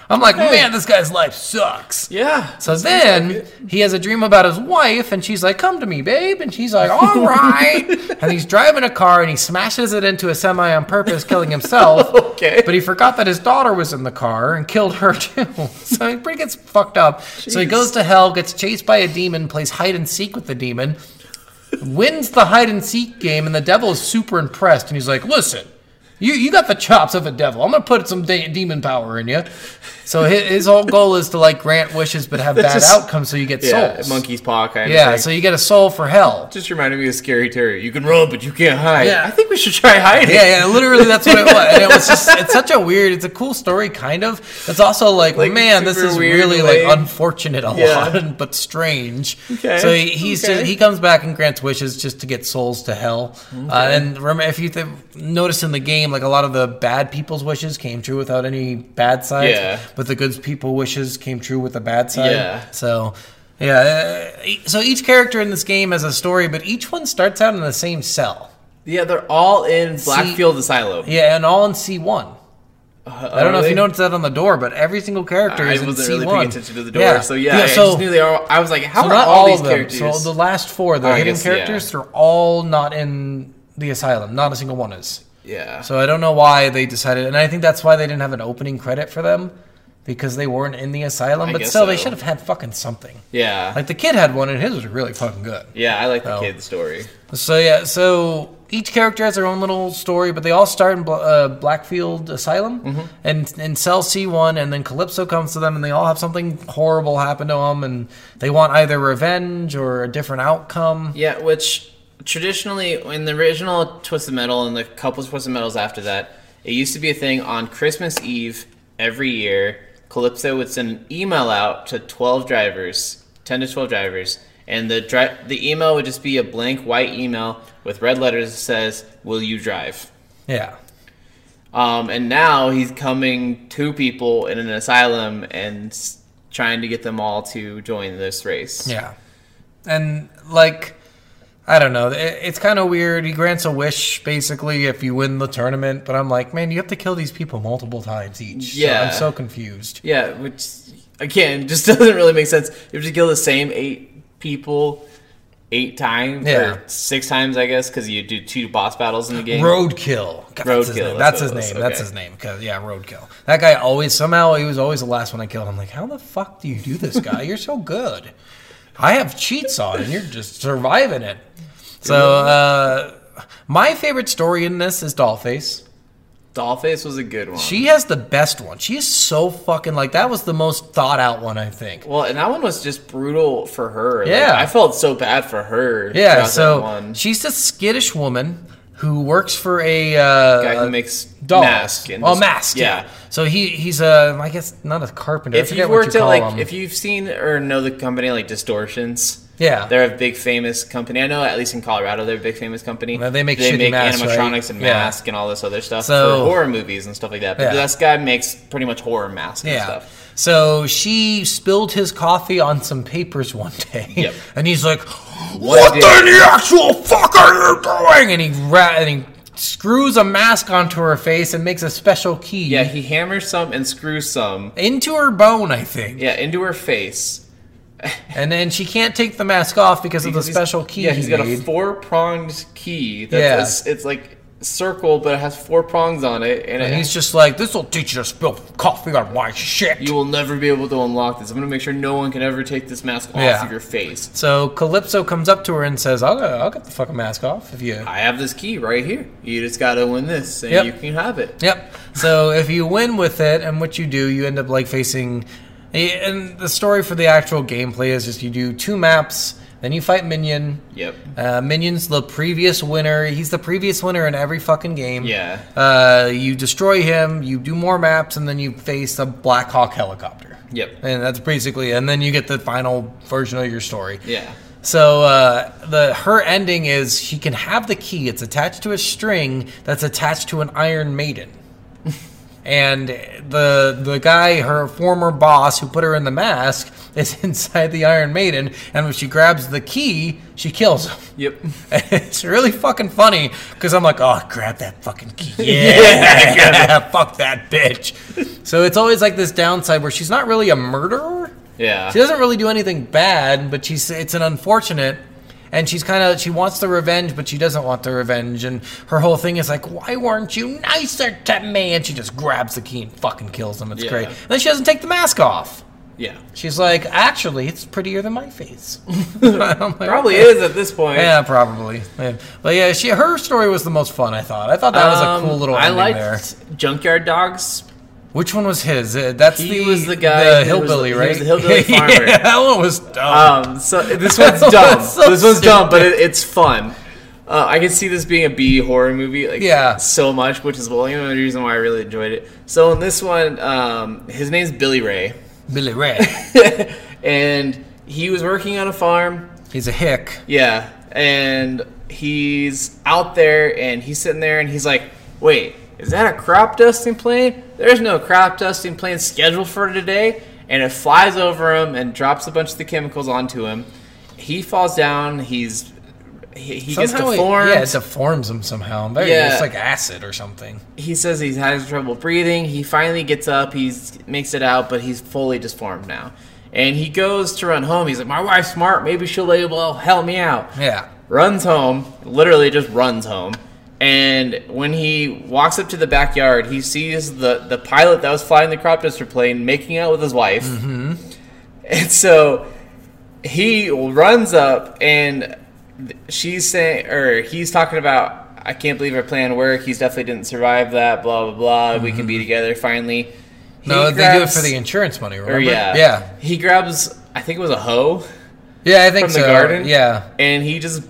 S1: I'm like, man, this guy's life sucks.
S2: yeah.
S1: So then he has a dream about his wife, and she's like, "Come to me, babe," and she's like, "All right." and he's driving a car, and he smashes it into a semi on purpose, killing himself.
S2: Okay.
S1: But he forgot that his daughter was in the car and killed her too. so he pretty gets fucked up. So he
S2: Jeez.
S1: goes to hell, gets chased by a demon, plays hide and seek with the demon, wins the hide and seek game, and the devil is super impressed, and he's like, "Listen." You, you got the chops of a devil. I'm gonna put some de- demon power in you. So his, his whole goal is to like grant wishes but have bad
S2: just-
S1: outcomes, so you get
S2: Yeah.
S1: souls.
S2: Monkey's paw kind of.
S1: Yeah,
S2: thing.
S1: so you get a soul for hell.
S2: just reminded me of Scary Terry. You can run, but you can't hide.
S1: Yeah.
S2: I think we should try hiding.
S1: Yeah, yeah, literally that's what it was. And it was just it's such a weird it's a cool story kind of. It's also like,
S2: Like,
S1: man, this
S2: super
S1: is
S2: weird,
S1: really like
S2: lame.
S1: unfortunate a
S2: Yeah.
S1: lot but strange.
S2: Okay,
S1: So he, he's
S2: okay.
S1: just, he comes back and grants wishes just to get souls to hell. Uh, and remember if you th- notice in the game like a lot of the bad people's wishes came true without any bad sides,
S2: Yeah.
S1: but the good people wishes came true with the bad side.
S2: Yeah.
S1: So yeah, uh, e- so each character in this game has a story, but each one starts out in the same cell.
S2: Yeah, they're all in Blackfield Asylum.
S1: Yeah, and all in C1. I don't know if you
S2: know.
S1: noticed that on the door, but every single character
S2: I
S1: is in
S2: wasn't
S1: C1.
S2: really paying attention to the door, so yeah, I
S1: so,
S2: just knew they are. I was like, how
S1: so
S2: are
S1: not
S2: all,
S1: all,
S2: these
S1: of them.
S2: characters?
S1: So the last four, the
S2: I
S1: hidden
S2: guess, yeah.
S1: characters, they're all not in the asylum. Not a single one is.
S2: yeah,
S1: So I don't know why they decided, and I think that's why they didn't have an opening credit for them because they weren't in the asylum.
S2: I
S1: but
S2: guess
S1: still, they
S2: so.
S1: should have had fucking something.
S2: yeah,
S1: Like the kid had one, and his was really fucking good.
S2: yeah. I like the
S1: Oh.
S2: kid story.
S1: So yeah, so each character has their own little story, but they all start in Bla- uh, Blackfield Asylum and and cell C one, and then Calypso comes to them, and they all have something horrible happen to them, and they want either revenge or a different outcome.
S2: Yeah, which traditionally in the original Twisted Metal and the couple Twisted Metals after that, it used to be a thing on Christmas Eve every year. Calypso would send an email out to twelve drivers, ten to twelve drivers, and the dri- the email would just be a blank white email with red letters that says, "Will you drive?"
S1: Yeah,
S2: Um, and now he's coming to people in an asylum and s- trying to get them all to join this race.
S1: yeah, and like. I don't know. It, it's kind of weird. He grants a wish basically if you win the tournament, but I'm like, man, you have to kill these people multiple times each. So
S2: Yeah.
S1: I'm so confused.
S2: Yeah, which again just doesn't really make sense. You have to kill the same eight people eight times
S1: Yeah.
S2: or six times, I guess, because you do two boss battles in the game.
S1: Roadkill. God, That's his
S2: Roadkill,
S1: name.
S2: that's
S1: That's,
S2: what
S1: his
S2: it was,
S1: name. That's
S2: okay.
S1: his name. 'Cause- yeah, Roadkill. That guy always somehow he was always the last one I killed. I'm like, how the fuck do you do this guy? You're so good. I have cheats on, and you're just surviving it. So, uh, my favorite story in this is Dollface.
S2: Dollface was a good one.
S1: She has the best one. She is so fucking like that was the most thought out one I think.
S2: well, and that one was just brutal for her. Like,
S1: Yeah.
S2: I felt so bad for her. throughout
S1: Yeah,
S2: that
S1: so
S2: one.
S1: she's a skittish woman who works for a uh,
S2: guy
S1: a-
S2: who makes
S1: dolls.
S2: mask. And
S1: oh,
S2: just-
S1: mask. Yeah. So he he's a I guess not a carpenter. I
S2: if
S1: forget
S2: you've
S1: what
S2: worked
S1: you
S2: at
S1: call
S2: like
S1: him.
S2: if you've seen or know the company like distortions
S1: yeah,
S2: they're a big famous company i know at least in colorado they're a big famous company
S1: Well, they make
S2: they
S1: shitty
S2: make
S1: masks, right?
S2: animatronics and
S1: Yeah.
S2: masks and all this other stuff
S1: So-
S2: for horror movies and stuff like that but
S1: Yeah.
S2: this guy makes pretty much horror masks and
S1: yeah.
S2: stuff
S1: So she spilled his coffee on some papers one day,
S2: Yep.
S1: and he's like, "What,
S2: did-
S1: the actual fuck are you doing?" And he ra- and he screws a mask onto her face and makes a special key
S2: yeah he hammers some and screws some
S1: into her bone, I think.
S2: yeah into her face
S1: And then she can't take the mask off because, of
S2: Because
S1: the
S2: he's-
S1: special key.
S2: yeah he's
S1: he
S2: got a
S1: made.
S2: four pronged key that's it's like circle but it has four prongs on it and,
S1: and
S2: it,
S1: he's just like, "This will teach you to spill coffee on my shit."
S2: you will never be able to unlock this i'm gonna make sure no one can ever take this mask off
S1: Yeah.
S2: of your face
S1: So Calypso comes up to her and says, "I'll, I'll get the fucking mask off if you."
S2: I have this key right here. You just gotta win this, and
S1: Yep.
S2: you can have it.
S1: Yep. So if you win with it, and what you do, you end up like facing. And the story for the actual gameplay is just you do two maps, then you fight minion.
S2: Yep.
S1: Uh, Minion's the previous winner. He's the previous winner in every fucking game.
S2: Yeah.
S1: Uh, you destroy him, you do more maps, and then you face a Black Hawk helicopter.
S2: Yep.
S1: And that's basically, and then you get the final version of your story.
S2: Yeah.
S1: So uh, the her ending is she can have the key. It's attached to a string that's attached to an Iron Maiden. and the the guy, her former boss, who put her in the mask, is inside the Iron Maiden. And when she grabs the key, she kills him.
S2: Yep.
S1: it's really fucking funny because I'm like, oh, grab that fucking key. Yeah, yeah, fuck that bitch. So it's always like this downside where she's not really a murderer.
S2: Yeah.
S1: She doesn't really do anything bad, but she's it's an unfortunate and she's kind of she wants the revenge, but she doesn't want the revenge and her whole thing is like, "Why weren't you nicer to me?" and she just grabs the key and fucking kills him. It's
S2: Yeah.
S1: great. And then she doesn't take the mask off.
S2: yeah.
S1: She's like, "Actually, it's prettier than my face." I'm like,
S2: Probably
S1: "Okay."
S2: is at this point.
S1: Yeah, probably. Yeah. But yeah, she her story was the most fun. I thought. I thought that was
S2: Um,
S1: a cool little
S2: I
S1: ending
S2: liked
S1: there.
S2: Junkyard Dogs.
S1: Which one was his? Uh, That's the
S2: He was the guy
S1: the
S2: who was the-
S1: hillbilly,
S2: he
S1: right?
S2: was the hillbilly farmer.
S1: yeah, that one was dumb.
S2: Um, so this one's dumb.
S1: That's so
S2: this one's dumb, but it, it's fun. Uh, I can see this being a B horror movie, like
S1: Yeah.
S2: so much, which is the only reason why I really enjoyed it. So in this one, um, his name's Billy Ray,
S1: Billy Ray.
S2: and he was working on a farm.
S1: He's a hick.
S2: Yeah, and he's out there and he's sitting there and he's like, "Wait, is that a crop dusting plane? There's no crop dusting plane scheduled for today." And it flies over him and drops a bunch of the chemicals onto him. He falls down. He's he, he gets
S1: Somehow it-
S2: deformed.
S1: yeah, it deforms him somehow. Maybe
S2: Yeah.
S1: It's like acid or something.
S2: he says he's having trouble breathing. He finally gets up. He makes it out, but he's fully disformed now. And he goes to run home. He's like, "My wife's smart. Maybe she'll be able to help me out."
S1: Yeah.
S2: runs home, literally just runs home. And when he walks up to the backyard, he sees the, the pilot that was flying the crop duster plane making out with his wife.
S1: Mm-hmm.
S2: And so he runs up and th- she's saying, or he's talking about, I can't believe our plan worked. He's definitely didn't survive that, blah, blah, blah. We can be together finally. He
S1: Mm-hmm. No, they do it
S2: grabs-
S1: for the insurance money,
S2: or
S1: remember?
S2: yeah.
S1: Yeah.
S2: He grabs, I think it was a hoe
S1: Yeah, I think
S2: From the
S1: so.
S2: garden?
S1: Yeah.
S2: and he just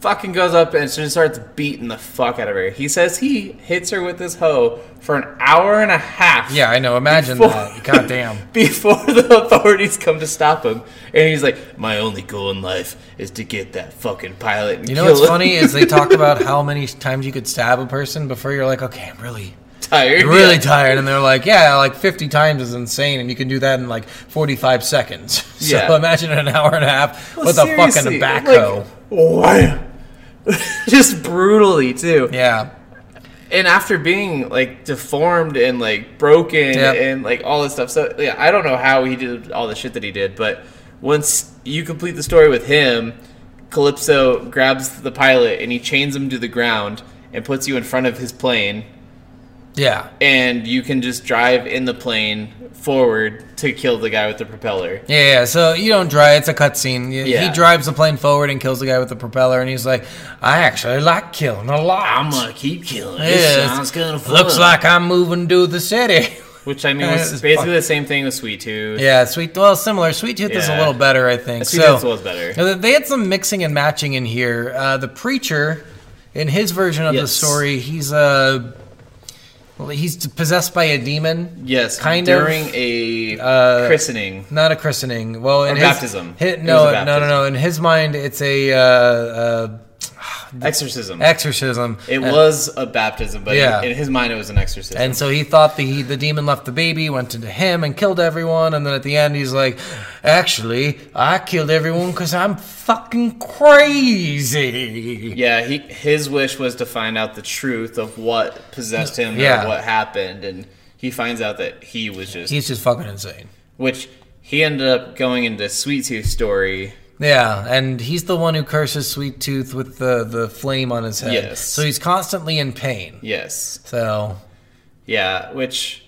S2: fucking goes up and just starts beating the fuck out of her. He says he hits her with his hoe for an hour and a half.
S1: Yeah, I know. Imagine
S2: Before-
S1: that. God damn.
S2: Before the authorities come to stop him, and he's like, "My only goal in life is to get that fucking pilot." And
S1: You know
S2: kill
S1: what's
S2: him."
S1: funny is they talk about how many times you could stab a person before you're like, okay, I'm really,
S2: tired.
S1: really
S2: Yeah.
S1: tired, and they're like, yeah, like 50 times is insane, and you can do that in like 45 seconds. So
S2: Yeah.
S1: imagine an hour and a half
S2: Well,
S1: with a fucking
S2: seriously,
S1: backhoe.
S2: like, why? Just brutally too.
S1: yeah,
S2: and after being like deformed and like broken
S1: Yep.
S2: and like all this stuff so yeah i don't know how he did all the shit that he did but once you complete the story with him calypso grabs the pilot and he chains him to the ground and puts you in front of his plane
S1: yeah,
S2: and you can just drive in the plane forward to kill the guy with the propeller
S1: yeah, yeah. So you don't drive; it's a cutscene. Yeah.
S2: Yeah.
S1: He drives the plane forward and kills the guy with the propeller, and he's like, I actually like killing a lot.
S2: i'm gonna keep killing
S1: Yeah,
S2: this
S1: it's-
S2: sounds kind of fun
S1: Looks like I'm moving to the city.
S2: which i mean
S1: Yeah,
S2: was
S1: it's
S2: basically
S1: fuck-
S2: the same thing with sweet tooth
S1: Yeah, sweet. Well, similar. Sweet Tooth is a
S2: Yeah.
S1: little better, I think.
S2: Sweet
S1: so
S2: Tooth was better.
S1: Uh, They had some mixing and matching in here. Uh, the preacher, in his version of the
S2: Yes.
S1: story, he's uh, well, he's possessed by a demon.
S2: yes
S1: kind of. uh,
S2: during a christening
S1: Not a christening. Well, in
S2: Or
S1: his-
S2: baptism.
S1: hi-
S2: It was
S1: no,
S2: a
S1: no, no, no. In his mind, it's a uh, uh,
S2: exorcism
S1: exorcism.
S2: It
S1: And-
S2: was a baptism, but
S1: uh, Yeah.
S2: in his mind, it was an exorcism.
S1: And so he thought the the demon left the baby, went into him, and killed everyone. And then at the end, he's like, "Actually, I killed everyone because I'm fucking crazy."
S2: yeah, he his wish was to find out the truth of what possessed him
S1: Yeah.
S2: or what happened, and he finds out that he was just
S1: He's just fucking insane.
S2: which he ended up going into Sweet Tooth story.
S1: Yeah, and he's the one who curses Sweet Tooth with the the flame on his head.
S2: Yes.
S1: So he's constantly in pain.
S2: Yes,
S1: So
S2: yeah, which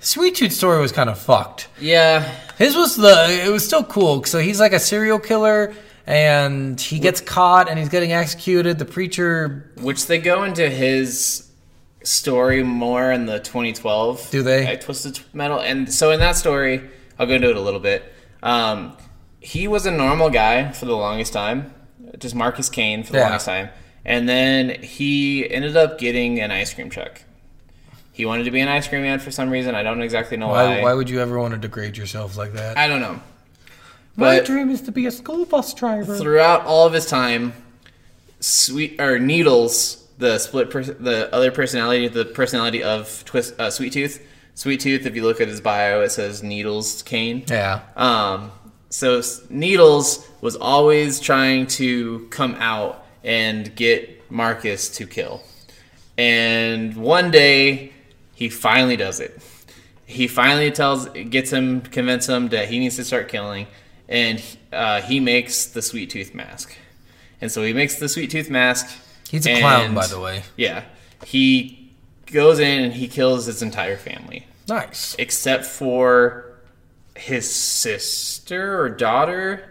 S1: Sweet Tooth's story was kind of fucked.
S2: yeah,
S1: His was the it was still cool. So he's like a serial killer. And he gets caught, and he's getting executed. The preacher,
S2: which they go into his story more in the 2012.
S1: Do they?
S2: at Twisted Metal, and so in that story, I'll go into it a little bit. Um, he was a normal guy for the longest time, just Marcus Kane for the
S1: Yeah.
S2: longest time, and then he ended up getting an ice cream truck. He wanted to be an ice cream man for some reason. I don't exactly know why.
S1: why, why would you ever want to degrade yourself like that?
S2: I don't know. But
S1: dream is to be a school bus driver.
S2: throughout all of his time, sweet or needles the split pers- the other personality the personality of twist uh, sweet tooth sweet tooth if you look at his bio it says needles kane
S1: Yeah.
S2: um so S- needles was always trying to come out and get marcus to kill and one day he finally does it he finally tells gets him convince him that he needs to start killing and uh, he makes the sweet tooth mask and so he makes the sweet tooth mask
S1: He's a
S2: and-
S1: clown, by the way.
S2: yeah he goes in and he kills his entire family
S1: Nice.
S2: except for his sister or daughter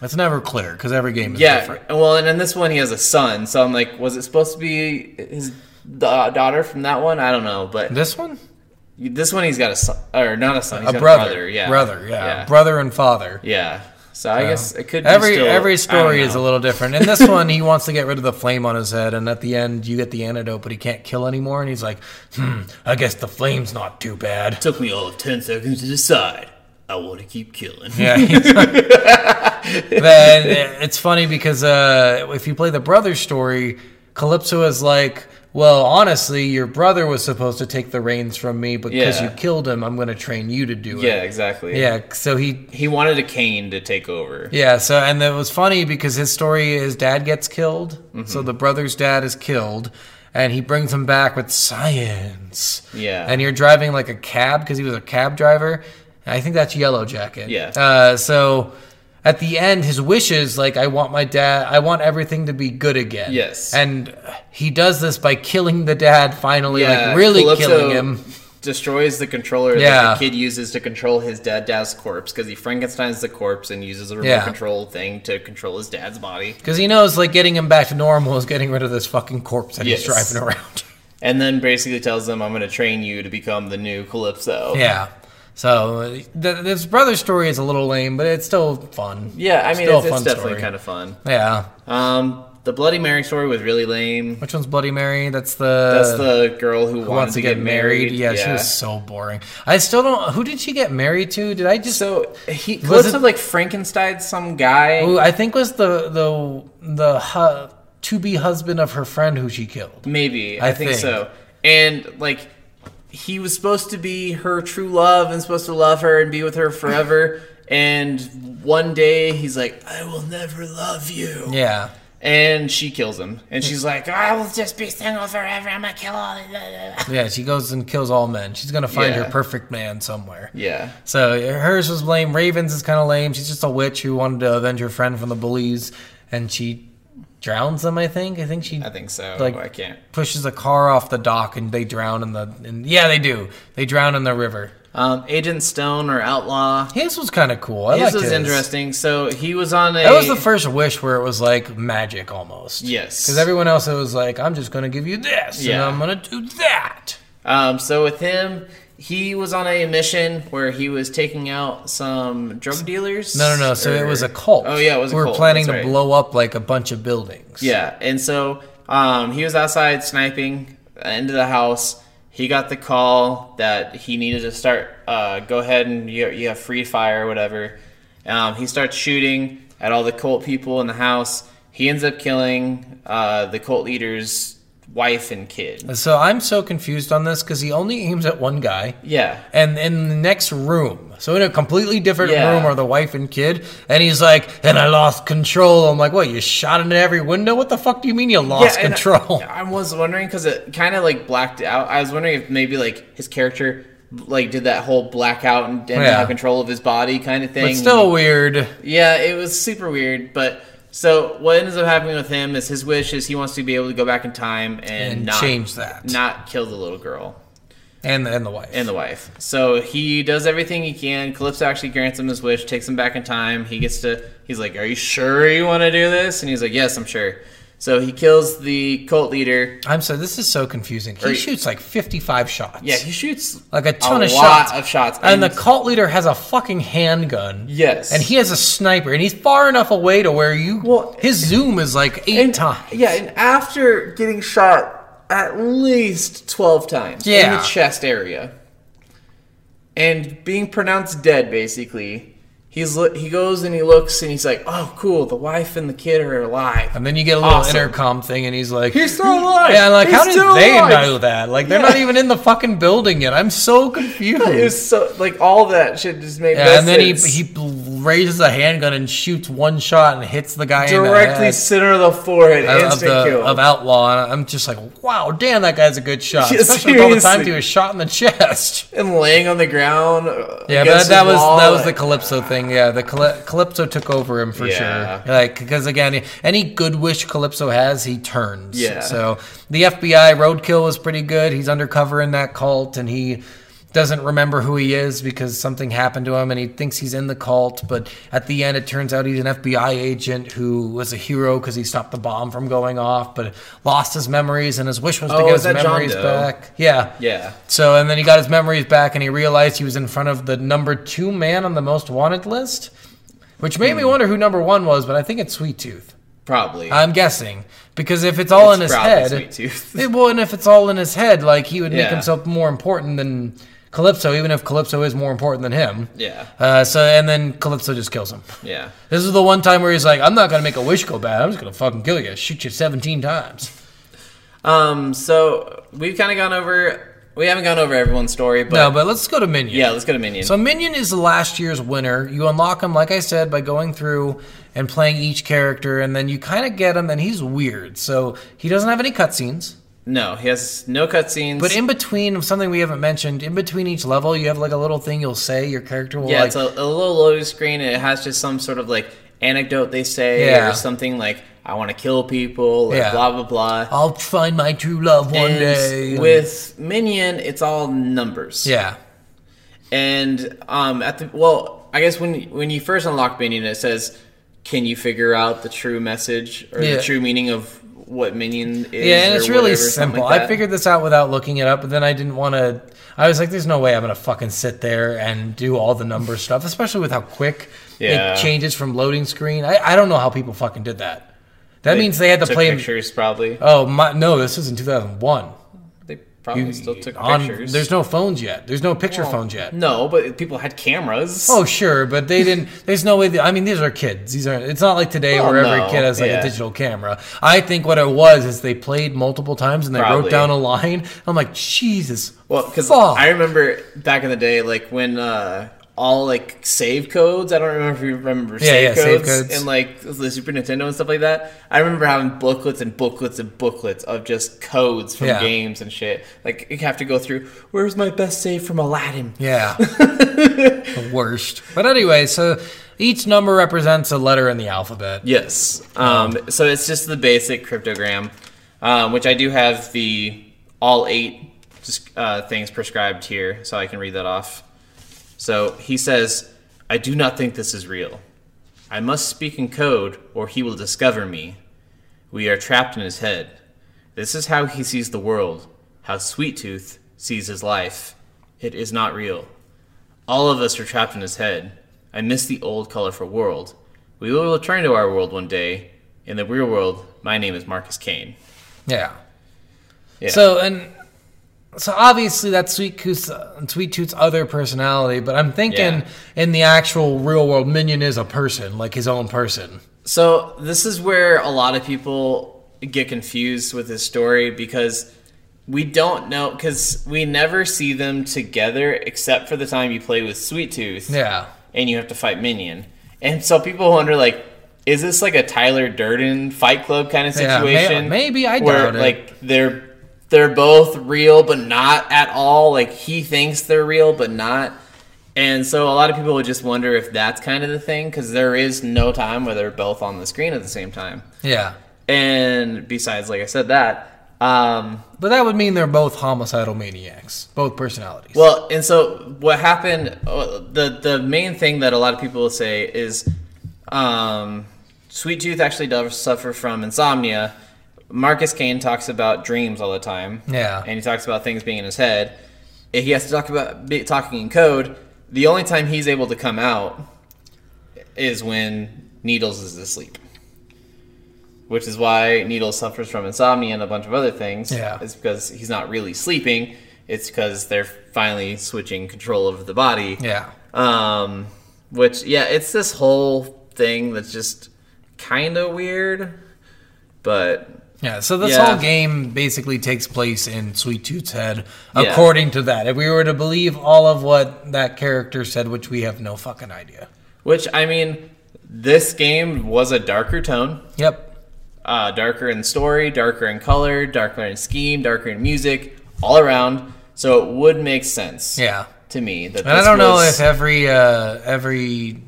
S1: That's never clear because every game is
S2: yeah
S1: different.
S2: well and in this one he has a son so i'm like was it supposed to be his da- daughter from that one i don't know but
S1: This one,
S2: This one he's got a son, or not a son, he's
S1: a
S2: got
S1: brother,
S2: a brother, yeah,
S1: brother, yeah.
S2: yeah,
S1: brother and father.
S2: Yeah. So I guess it could be
S1: Every
S2: still- I
S1: every
S2: don't
S1: story is a
S2: know.
S1: little different. In this one, he wants to get rid of the flame on his head, and at the end, you get the antidote, but he can't kill anymore, and he's like, "Hmm, I guess the flame's not too bad."
S2: Took me all of ten seconds to decide. I want to keep killing.
S1: Yeah. he's- then it's funny because uh, if you play the brother story, Calypso is like, well, honestly, your brother was supposed to take the reins from me because you
S2: Yeah.
S1: killed him. I'm going to train you to do it.
S2: Yeah, exactly.
S1: Yeah. So he.
S2: He wanted a cane to take over.
S1: Yeah. So and that was funny because his story, his dad gets killed.
S2: Mm-hmm.
S1: So the brother's dad is killed, and he brings him back with science.
S2: Yeah.
S1: And you're driving like a cab because he was a cab driver. I think that's Yellow Jacket.
S2: Yeah.
S1: Uh, so at the end, his wishes like I want my dad, I want everything to be good again.
S2: Yes.
S1: And he does this by killing the dad finally,
S2: Yeah,
S1: like really
S2: Calypso
S1: killing him.
S2: Destroys the controller
S1: Yeah.
S2: that the kid uses to control his dad dad's corpse because he Frankenstein's the corpse and uses a remote
S1: Yeah.
S2: control thing to control his dad's body.
S1: Because he knows like getting him back to normal is getting rid of this fucking corpse that he's
S2: Yes.
S1: driving around.
S2: And then basically tells them, I'm going to train you to become the new Calypso.
S1: yeah. So th- this brother story is a little lame, but it's still fun.
S2: Yeah, I mean,
S1: Still
S2: it's,
S1: a
S2: it's
S1: fun
S2: definitely
S1: story.
S2: kind of fun.
S1: Yeah.
S2: Um, the Bloody Mary story was really lame.
S1: Which one's Bloody Mary? That's the
S2: That's the girl who, wanted
S1: Uh, wants
S2: to get, married.
S1: Yeah, she was so boring. I still don't. Who did she get married to? Did I just?
S2: So he
S1: Was
S2: Calypso
S1: it-
S2: like Frankenstein some guy.
S1: who I think was the the the hu- to be husband of her friend who she
S2: Mm.
S1: killed.
S2: Maybe. I,
S1: I
S2: think,
S1: think.
S2: so. And like he was supposed to be her true love and supposed to love her and be with her forever. and one day he's like, I will never love you.
S1: Yeah.
S2: And she kills him. And she's like, I will just be single forever. I'm gonna kill all blah, blah, blah."
S1: Yeah, she goes and kills all men. She's gonna find
S2: Yeah.
S1: her perfect man somewhere.
S2: Yeah.
S1: So hers was lame. Raven's is kind of lame. She's just a witch who wanted to avenge her friend from the bullies, and she drowns them. I think. I think she.
S2: I think so.
S1: Like-
S2: I can't.
S1: Pushes a car off the dock and they drown in the. In, yeah, they do. They drown in the river.
S2: Um, Agent Stone or Outlaw.
S1: His was kind of cool. I
S2: This
S1: liked
S2: was
S1: his.
S2: interesting. So he was on a.
S1: That was the first wish where it was like magic almost.
S2: Yes.
S1: Because everyone else it was like, I'm just gonna give you this,
S2: Yeah.
S1: and I'm gonna do that.
S2: Um, so with him, he was on a mission where he was taking out some drug dealers.
S1: No, no, no. So it
S2: or-
S1: was a cult.
S2: Oh yeah, it was.
S1: We
S2: a
S1: were
S2: cult,
S1: planning
S2: that's
S1: to
S2: right.
S1: blow up like a bunch of buildings.
S2: Yeah, and so um, he was outside sniping into the house. He got the call that he needed to start. Uh, go ahead and you, you have free fire, or whatever. Um, he starts shooting at all the cult people in the house. He ends up killing uh, the cult leader's wife and kid.
S1: So I'm so confused on this because he only aims at one guy.
S2: Yeah,
S1: And in the next room, so in a completely different
S2: Yeah.
S1: room are the wife and kid, and he's like, and I lost control. I'm like, what? You shot into every window? What the fuck do you mean you lost
S2: and
S1: control?
S2: I, I was wondering because it kind of like blacked out. I was wondering if maybe like his character like did that whole blackout and didn't
S1: Yeah.
S2: have control of his body kind of thing.
S1: But still weird.
S2: yeah, it was super weird. But so what ends up happening with him is his wish is he wants to be able to go back in time and,
S1: And
S2: not,
S1: change that.
S2: not kill the little girl
S1: And and the wife.
S2: and the wife. So he does everything he can. Calypso actually grants him his wish, takes him back in time. He gets to, he's like, Are you sure you want to do this? And he's like, Yes, I'm sure. So he kills the cult leader.
S1: I'm so this is so confusing. He
S2: Or-
S1: shoots like 55 shots.
S2: Yeah, he shoots
S1: like a ton
S2: a
S1: of
S2: lot
S1: shots.
S2: of shots.
S1: And,
S2: And-
S1: the cult leader has a fucking handgun.
S2: Yes.
S1: And he has a sniper, and he's far enough away to where you
S2: Well,
S1: his zoom is like eight times.
S2: Yeah, and after getting shot at least twelve times in
S1: Yeah.
S2: the chest area, and being pronounced dead, basically, he's lo- he goes and he looks and he's like, "Oh, cool, the wife and the kid are alive."
S1: And then you get a little
S2: Awesome.
S1: intercom thing, and he's like,
S2: He's still alive!
S1: Yeah, like
S2: He's
S1: how did
S2: still
S1: they
S2: alive!
S1: know that? Like they're not even in the fucking building yet. I'm so confused.
S2: it was so like all that shit just made. no
S1: yeah, and then he,
S2: sense.
S1: he raises a handgun and shoots one shot and hits the guy
S2: directly
S1: in the head
S2: center of the forehead,
S1: of- of,
S2: instant
S1: the,
S2: kill.
S1: of outlaw. And I'm just like, wow, damn, that guy's a good shot.
S2: Yeah,
S1: Especially with all the times
S2: seriously.
S1: he was shot in the chest.
S2: and laying on the ground. uh,
S1: Yeah,
S2: against
S1: but that
S2: his
S1: was
S2: wall,
S1: that was the
S2: like-
S1: Calypso thing. Yeah, the Cali- Calypso took over him for
S2: Yeah.
S1: sure. Like because again, any good wish Calypso has, he turns.
S2: Yeah.
S1: So the FBI roadkill was pretty good. He's undercover in that cult, and he doesn't remember who he is because something happened to him, and he thinks he's in the cult. But at the end, it turns out he's an FBI agent who was a hero because he stopped the bomb from going off, but lost his memories, and his wish was to
S2: Oh,
S1: get
S2: is
S1: his
S2: that John
S1: memories
S2: Doe?
S1: back. Yeah.
S2: yeah.
S1: So, and then he got his memories back and he realized he was in front of the number two man on the most wanted list, which made
S2: Hmm.
S1: me wonder who number one was, but I think it's Sweet Tooth.
S2: Probably.
S1: I'm guessing. Because if it's all
S2: It's
S1: in his
S2: probably
S1: head.
S2: Sweet Tooth.
S1: it- well, and if it's all in his head, like he would
S2: Yeah.
S1: make himself more important than Calypso, even if Calypso is more important than him.
S2: yeah.
S1: Uh, so, and then Calypso just kills him.
S2: Yeah.
S1: This is the one time where he's like, I'm not going to make a wish go bad. I'm just going to fucking kill you. Shoot you 17 times.
S2: Um, so we've kind of gone over. We haven't gone over everyone's story, but,
S1: No, but let's go to Minion.
S2: yeah, let's go to Minion.
S1: So Minion is the last year's winner. You unlock him, like I said, by going through and playing each character, and then you kind of get him, and he's weird. So he doesn't have any cutscenes.
S2: no, he has no cutscenes.
S1: But in between, something we haven't mentioned, in between each level, you have like a little thing you'll say. Your character will
S2: yeah,
S1: like
S2: it's a, a little loaded screen, and it has just some sort of like anecdote they say
S1: Yeah.
S2: or something like "I want to kill people" or
S1: Yeah.
S2: blah blah blah.
S1: I'll find my true love one
S2: And
S1: day.
S2: with Minion, it's all numbers.
S1: yeah,
S2: And um, at the well, I guess when when you first unlock Minion, it says, "Can you figure out the true message or
S1: Yeah.
S2: the true meaning of what Minion is?"
S1: yeah, and
S2: or
S1: it's really
S2: whatever, something
S1: simple.
S2: like
S1: I
S2: that.
S1: figured this out without looking it up, but then I didn't want to. I was like, "There's no way I'm gonna fucking sit there and do all the number stuff, especially with how quick
S2: Yeah.
S1: it changes from loading screen." I, I don't know how people fucking did that. That means they had to
S2: took
S1: play.
S2: pictures. Probably,
S1: Oh my! No, this was in 2001.
S2: they probably
S1: You-
S2: still took
S1: on-
S2: pictures.
S1: There's no phones yet. There's no picture phones yet.
S2: no, but people had cameras.
S1: Oh sure, but they didn't. There's no way. That, I mean, these are kids. These are. It's not like today
S2: Well,
S1: where
S2: Oh, no,
S1: every kid has like
S2: yeah.
S1: a digital camera. I think what it was is they played multiple times and they
S2: Probably.
S1: wrote down a line. I'm like, Jesus.
S2: Well, because
S1: fuck.
S2: I remember back in the day, like when uh, all like save codes. I don't remember if you remember
S1: Yeah,
S2: save,
S1: yeah,
S2: codes
S1: save codes.
S2: and like the Super Nintendo and stuff like that. I remember having booklets and booklets and booklets of just codes from
S1: Yeah.
S2: games and shit. Like you have to go through. Where's my best save from Aladdin?
S1: yeah. the worst. But anyway, so each number represents a letter in the alphabet.
S2: Yes. Um, so it's just the basic cryptogram, um, which I do have the all eight just, uh, things prescribed here, so I can read that off. So he says, I do not think this is real. I must speak in code, or he will discover me. We are trapped in his head. This is how he sees the world, how Sweet Tooth sees his life. It is not real. All of us are trapped in his head. I miss the old colorful world. We will return to our world one day. In the real world, my name is Marcus Kane.
S1: Yeah.
S2: Yeah.
S1: So and so obviously that's Sweet Tooth's, Sweet Tooth's other personality, but I'm thinking in the actual real world, Minion is a person, like his own person.
S2: So this is where a lot of people get confused with this story because we don't know because we never see them together except for the time you play with Sweet Tooth.
S1: Yeah.
S2: and you have to fight Minion. And so people wonder, like, is this like a Tyler Durden Fight Club kind of
S1: Yeah, may-
S2: situation?
S1: maybe, I
S2: where,
S1: doubt it.
S2: Like they're they're both real, but not at all. Like he thinks they're real, but not. And so a lot of people would just wonder if that's kind of the thing because there is no time where they're both on the screen at the same time.
S1: Yeah.
S2: And besides, like I said, that um,
S1: But that would mean they're both homicidal maniacs, both personalities.
S2: Well, and so what happened? uh, The the main thing that a lot of people will say is, um, Sweet Tooth actually does suffer from insomnia. Marcus Kane talks about dreams all the time.
S1: Yeah.
S2: and he talks about things being in his head. He has to talk about be, talking in code. The only time he's able to come out is when Needles is asleep. Which is why Needles suffers from insomnia and a bunch of other things.
S1: Yeah.
S2: It's because he's not really sleeping. It's because they're finally switching control of the body.
S1: yeah.
S2: Um, which, yeah, it's this whole thing that's just kind of weird. But,
S1: Yeah. So this
S2: Yeah.
S1: whole game basically takes place in Sweet Tooth's head,
S2: Yeah.
S1: according to that. If we were to believe all of what that character said, which we have no fucking idea.
S2: which, I mean, this game was a darker tone.
S1: Yep.
S2: uh, darker in story, darker in color, darker in scheme, darker in music, all around. So it would make sense
S1: Yeah.
S2: to me that.
S1: And I
S2: this
S1: don't know if
S2: was-
S1: every uh, every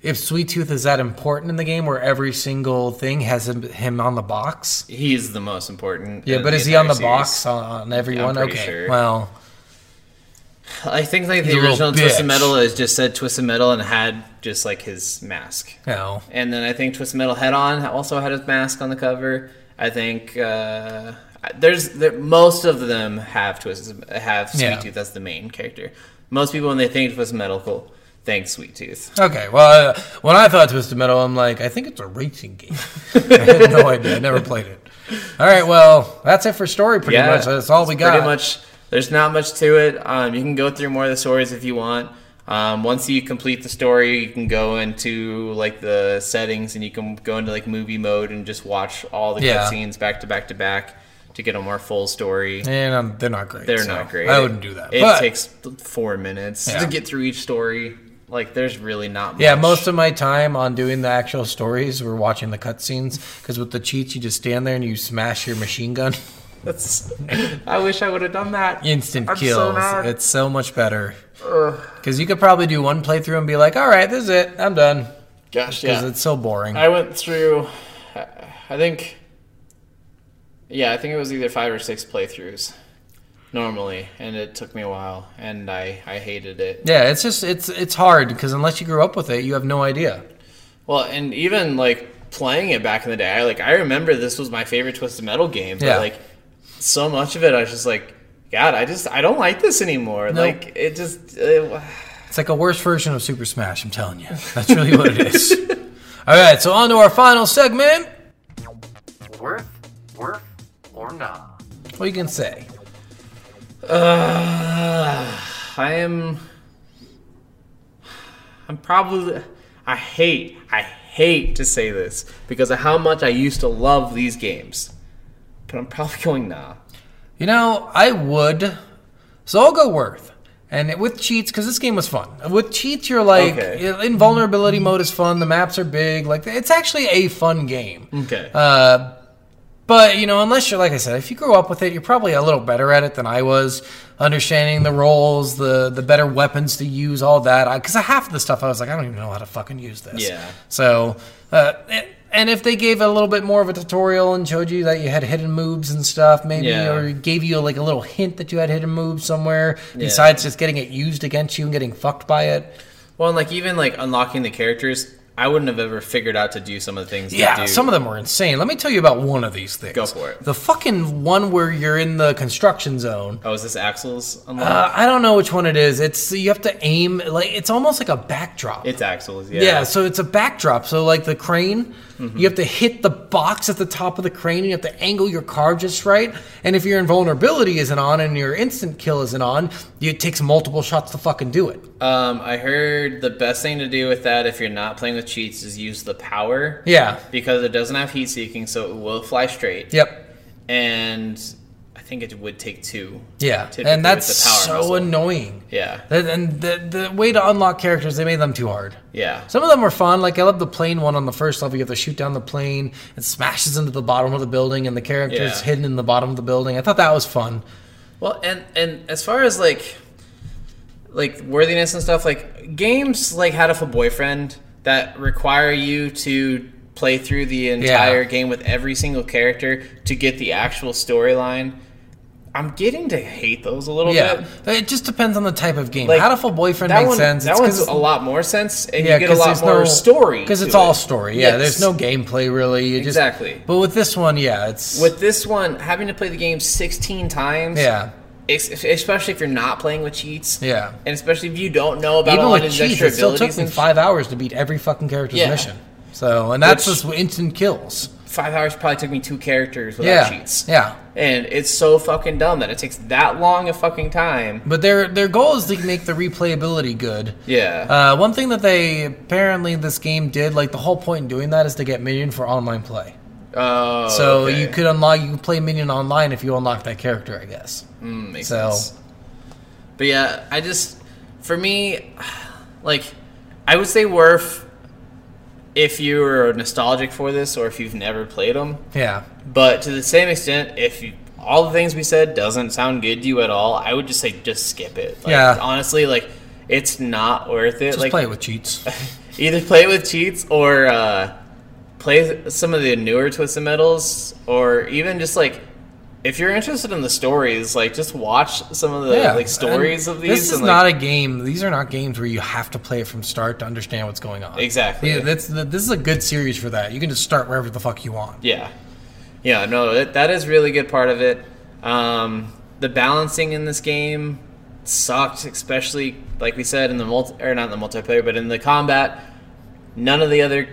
S1: if Sweet Tooth is that important in the game, where every single thing has him, him on the box.
S2: he's the most important.
S1: Yeah,
S2: in
S1: but is he on the
S2: entire
S1: box
S2: series.
S1: on everyone?
S2: pretty
S1: okay.
S2: sure.
S1: Well,
S2: I think like
S1: He's a
S2: the
S1: little
S2: original Twisted
S1: bitch.
S2: Metal is just said Twisted Metal and had just like his mask,
S1: no.
S2: and then I think Twisted Metal Head On also had his mask on the cover. I think uh, there's there, most of them have Twisted have Sweet
S1: Yeah.
S2: Tooth as the main character. Most people when they think Twisted Metal think Sweet Tooth.
S1: Okay, well, uh, when I thought Twisted Metal, I'm like, I think it's a racing game. I had no idea. I never played it. All right, well, that's it for story, pretty much. That's all we
S2: it's
S1: got.
S2: Pretty much, there's not much to it. Um, you can go through more of the stories if you want. Um, once you complete the story, you can go into like the settings and you can go into like movie mode and just watch all the
S1: Yeah.
S2: cutscenes back to back to back. to get a more full story.
S1: And um, they're not great.
S2: They're
S1: so
S2: not great.
S1: I wouldn't do that.
S2: It
S1: but,
S2: takes four minutes
S1: Yeah.
S2: to get through each story. Like, there's really not much.
S1: Yeah, most of my time on doing the actual stories, we're watching the cutscenes because with the cheats, you just stand there and you smash your machine gun.
S2: That's, I wish I would have done that.
S1: Instant
S2: I'm so
S1: kills.
S2: mad.
S1: it's so much better. Because you could probably do one playthrough and be like, all right, this is it. I'm done.
S2: Gosh,
S1: Because
S2: yeah.
S1: it's so boring.
S2: I went through, I think, yeah, I think it was either five or six playthroughs normally, and it took me a while, and I, I hated it.
S1: yeah, it's just, it's it's hard because unless you grew up with it, you have no idea.
S2: Well, and even like playing it back in the day, I like I remember this was my favorite Twisted Metal game, but
S1: Yeah.
S2: like so much of it, I was just like, God, I just I don't like this anymore. Like it just it,
S1: It's like a worse version of Super Smash, I'm telling you. That's really what it is. all right, so on to our final segment.
S8: Worth, worth, or not.
S1: What you can say?
S2: Uh, I am I'm probably I hate I hate to say this because of how much I used to love these games, but I'm probably going nah.
S1: You know, I would. So I'll go Worth. And with cheats, because this game was fun. With cheats, you're like,
S2: Okay.
S1: invulnerability mode is fun. The maps are big. Like, it's actually a fun game.
S2: Okay.
S1: Uh, but you know, unless you're like I said, if you grew up with it, you're probably a little better at it than I was, understanding the roles, the the better weapons to use, all that. Because half of the stuff I was like, I don't even know how to fucking use this.
S2: Yeah.
S1: So, uh, and- and if they gave a little bit more of a tutorial and showed you that you had hidden moves and stuff, maybe,
S2: Yeah.
S1: or gave you like a little hint that you had hidden moves somewhere, besides just getting it used against you and getting fucked by it.
S2: well, and like even like unlocking the characters, I wouldn't have ever figured out to do some of the things.
S1: Yeah,
S2: they do.
S1: some of them were insane. Let me tell you about one of these things.
S2: Go for it.
S1: The fucking one where you're in the construction zone.
S2: Oh, is this Axel's unlock?
S1: Uh, I don't know which one it is. It's you have to aim like it's almost like a backdrop.
S2: it's Axel's. Yeah.
S1: yeah. so it's a backdrop. So like the crane,
S2: Mm-hmm.
S1: you have to hit the box at the top of the crane. and You have to angle your car just right. And if your invulnerability isn't on and your instant kill isn't on, it takes multiple shots to fucking do it.
S2: Um, I heard the best thing to do with that if you're not playing with cheats is use the power.
S1: Yeah.
S2: Because it doesn't have heat seeking, so it will fly straight.
S1: Yep.
S2: And I think it would take two.
S1: Yeah,
S2: typically
S1: and
S2: with
S1: that's
S2: the power
S1: so
S2: muzzle.
S1: annoying.
S2: Yeah.
S1: That- and the the way to unlock characters, they made them too hard.
S2: Yeah.
S1: Some of them were fun. Like I love the plane one on the first level. You have to shoot down the plane. It smashes into the bottom of the building, and the character's
S2: Yeah.
S1: hidden in the bottom of the building. I thought that was fun.
S2: Well, and and as far as like like worthiness and stuff, like games like How to F a Boyfriend that require you to play through the entire game with every single character to get the actual storyline. I'm getting to hate those a little
S1: Yeah,
S2: bit.
S1: it just depends on the type of game.
S2: Like,
S1: How to Full Boyfriend
S2: that
S1: makes
S2: one,
S1: sense.
S2: That
S1: It's 'cause
S2: one's
S1: it's-
S2: a lot more sense, and
S1: Yeah,
S2: you get a
S1: 'cause
S2: lot
S1: there's
S2: more
S1: no-
S2: story
S1: because it's
S2: to
S1: all
S2: it.
S1: story. Yeah, there's
S2: Yes.
S1: no gameplay really. You just,
S2: Exactly.
S1: But with this one, yeah, it's
S2: With this one, having to play the game 16 times,
S1: yeah.
S2: ex- especially if you're not playing with cheats,
S1: Yeah.
S2: and especially if you don't know about a
S1: Even
S2: lot
S1: with
S2: of these
S1: cheats,
S2: extra
S1: it still took
S2: abilities
S1: me
S2: and
S1: five hours to beat every fucking character's
S2: Yeah.
S1: mission. So, and that's
S2: Which-
S1: just instant kills.
S2: five hours probably took me two characters
S1: Yeah,
S2: without cheats.
S1: yeah.
S2: And it's so fucking dumb that it takes that long a fucking time.
S1: But their their goal is to make the replayability good.
S2: Yeah.
S1: Uh, one thing that they apparently this game did, like the whole point in doing that, is to get Minion for online play.
S2: oh,
S1: So
S2: okay.
S1: you could unlock, you could play Minion online if you unlock that character, I guess.
S2: Mm, makes
S1: so-
S2: sense. But yeah, I just for me, like I would say Werf if you were nostalgic for this or if you've never played them.
S1: Yeah,
S2: But to the same extent, if you, all the things we said doesn't sound good to you at all, I would just say just skip it. Like,
S1: Yeah.
S2: Honestly, like it's not worth it.
S1: just
S2: like
S1: play it with cheats.
S2: either play it with cheats or uh, play some of the newer Twisted Metals, or even just like if you're interested in the stories, like just watch some of the
S1: yeah,
S2: like stories
S1: And
S2: of these.
S1: This is
S2: and, like,
S1: not a game. These are not games where you have to play it from start to understand what's going on.
S2: Exactly.
S1: Yeah, that's this is a good series for that. You can just start wherever the fuck you want.
S2: Yeah. Yeah, no, that, that is really good part of it. Um, the balancing in this game sucked, especially like we said in the multi or not in the multiplayer, but in the combat. None of the other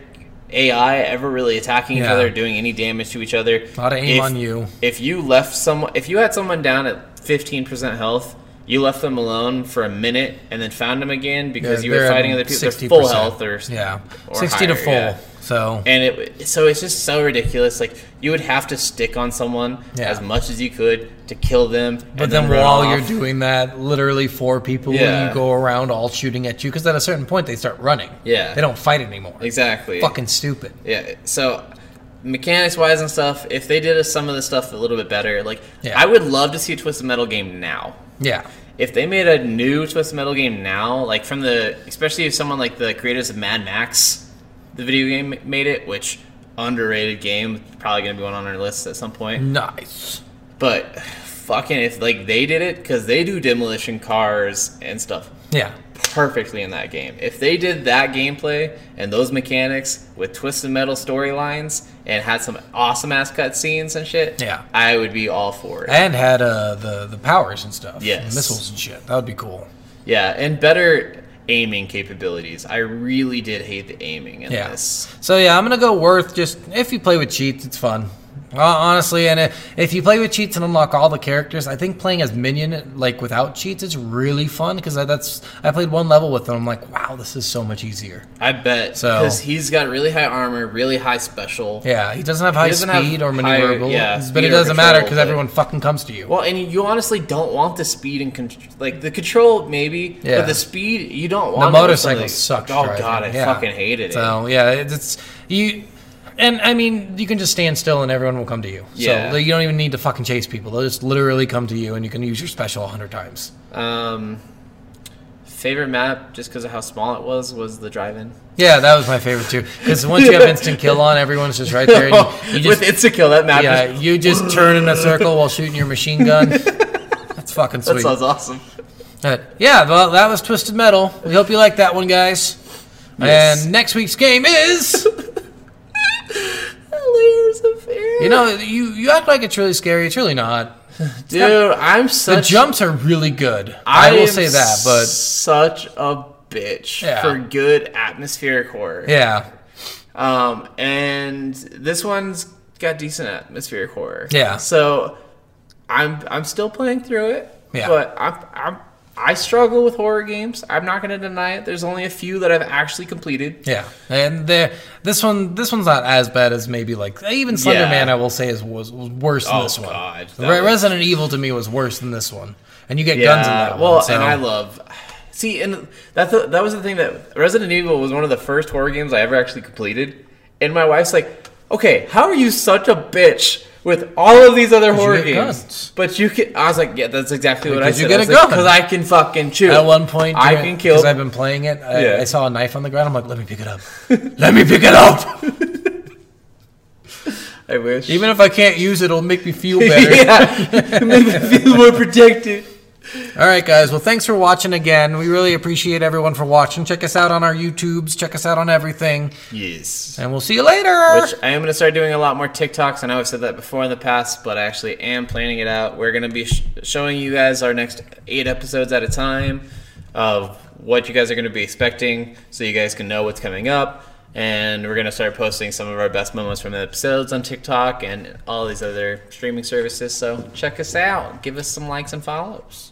S2: AI ever really attacking each
S1: Yeah.
S2: other, or doing any damage to each other. A
S1: Lot of aim on you.
S2: If you left someone, if you had someone down at fifteen percent health, you left them alone for a minute and then found them again because
S1: Yeah,
S2: you were
S1: they're at
S2: fighting other people. They're full
S1: 60%.
S2: health or
S1: yeah,
S2: or
S1: sixty to
S2: higher,
S1: full.
S2: yeah.
S1: So
S2: and it so it's just so ridiculous. Like you would have to stick on someone
S1: Yeah.
S2: as much as you could to kill them.
S1: But then, while you're doing that, literally four people
S2: Yeah.
S1: go around all shooting at you because at a certain point they start running.
S2: Yeah.
S1: They don't fight anymore.
S2: exactly
S1: Fucking stupid.
S2: Yeah. So mechanics wise and stuff, if they did some of the stuff a little bit better, like
S1: Yeah.
S2: I would love to see a Twisted Metal game now.
S1: Yeah.
S2: If they made a new Twisted Metal game now, like from the especially if someone like the creators of Mad Max, the video game made it, which underrated game, probably gonna be one on our list at some point.
S1: Nice.
S2: But fucking if like they did it because they do demolition cars and stuff
S1: Yeah.
S2: perfectly in that game. If they did that gameplay and those mechanics with twisted metal storylines and had some awesome ass cutscenes and shit,
S1: Yeah.
S2: I would be all for it.
S1: And had uh, the the powers and stuff.
S2: Yes.
S1: Missiles and shit. That would be cool.
S2: yeah, and better aiming capabilities. I really did hate the aiming in
S1: Yeah.
S2: this.
S1: So yeah, I'm gonna go worth. Just if you play with cheats, it's fun. Uh, honestly, and if, if you play with cheats and unlock all the characters, I think playing as minion like without cheats is really fun because that's I played one level with them. I'm like, wow, this is so much easier.
S2: I bet
S1: So-
S2: because he's got really high armor, really high special.
S1: Yeah, he doesn't have high
S2: doesn't have
S1: speed or
S2: high-
S1: maneuverable,
S2: yeah,
S1: but
S2: speed
S1: it
S2: or
S1: doesn't
S2: control,
S1: matter because
S2: but-
S1: everyone fucking comes to you.
S2: Well, and you honestly don't want the speed and control, like the control maybe,
S1: Yeah.
S2: but the speed you don't
S1: the
S2: want. it with something-
S1: motorcycle sucks.
S2: Oh
S1: driving,
S2: god, I
S1: yeah.
S2: fucking hated it.
S1: So yeah, it- it's you, and I mean you can just stand still and everyone will come to you.
S2: Yeah.
S1: So you don't even need to fucking chase people. They'll just literally come to you and you can use your special a hundred times.
S2: Um, favorite map, just because of how small it was, was the drive-in.
S1: Yeah, that was my favorite too. Because once you have instant kill on, everyone's just right there. And you
S2: With
S1: just
S2: insta kill, that map.
S1: yeah,
S2: is,
S1: you just turn in a circle while shooting your machine gun. That's fucking
S2: that
S1: sweet.
S2: sounds awesome.
S1: But, yeah, well, that was Twisted Metal. We hope you liked that one, guys.
S2: Yes.
S1: And next week's game is.
S2: Layers of fear.
S1: You know, you, you act like it's really scary. It's really not.
S2: dude, I'm
S1: The
S2: such.
S1: jumps are really good. I, will
S2: am
S1: say that, but
S2: such a bitch
S1: Yeah.
S2: for good atmospheric horror.
S1: yeah,
S2: Um, and this one's got decent atmospheric horror.
S1: Yeah.
S2: So, I'm I'm still playing through it.
S1: Yeah.
S2: But I'm I'm. I struggle with horror games. I'm not going to deny it. There's only a few that I've actually completed.
S1: yeah. And there, this one this one's not as bad as maybe like even Slender
S2: Yeah.
S1: Man. I will say is was, was worse than
S2: Oh,
S1: this one.
S2: God, that
S1: Re-
S2: was-
S1: Resident Evil to me was worse than this one. And you get guns in that one.
S2: well,
S1: so-
S2: and I love. See, and that's the, that was the thing that Resident Evil was one of the first horror games I ever actually completed. And my wife's like, "Okay, how are you such a bitch with all of these other horror
S1: get
S2: games?"
S1: guns.
S2: But you can. I was like, "Yeah, that's exactly what I
S1: Because
S2: said."
S1: you get a gun.
S2: because I can fucking shoot.
S1: At one point,
S2: I
S1: during-
S2: can kill.
S1: Because I've been playing it. I,
S2: Yeah.
S1: I saw a knife on the ground. I'm like, let me pick it up. let me pick it up.
S2: I wish.
S1: Even if I can't use it, it'll make me feel better.
S2: yeah, make me feel more protected.
S1: All right, guys. Well, thanks for watching again. We really appreciate everyone for watching. Check us out on our YouTubes. Check us out on everything.
S2: Yes.
S1: And we'll see you later.
S2: Which I am going to start doing a lot more TikToks. I know I've said that before in the past, but I actually am planning it out. We're going to be sh- showing you guys our next eight episodes at a time of what you guys are going to be expecting so you guys can know what's coming up. And we're going to start posting some of our best moments from the episodes on TikTok and all these other streaming services. So check us out. Give us some likes and follows.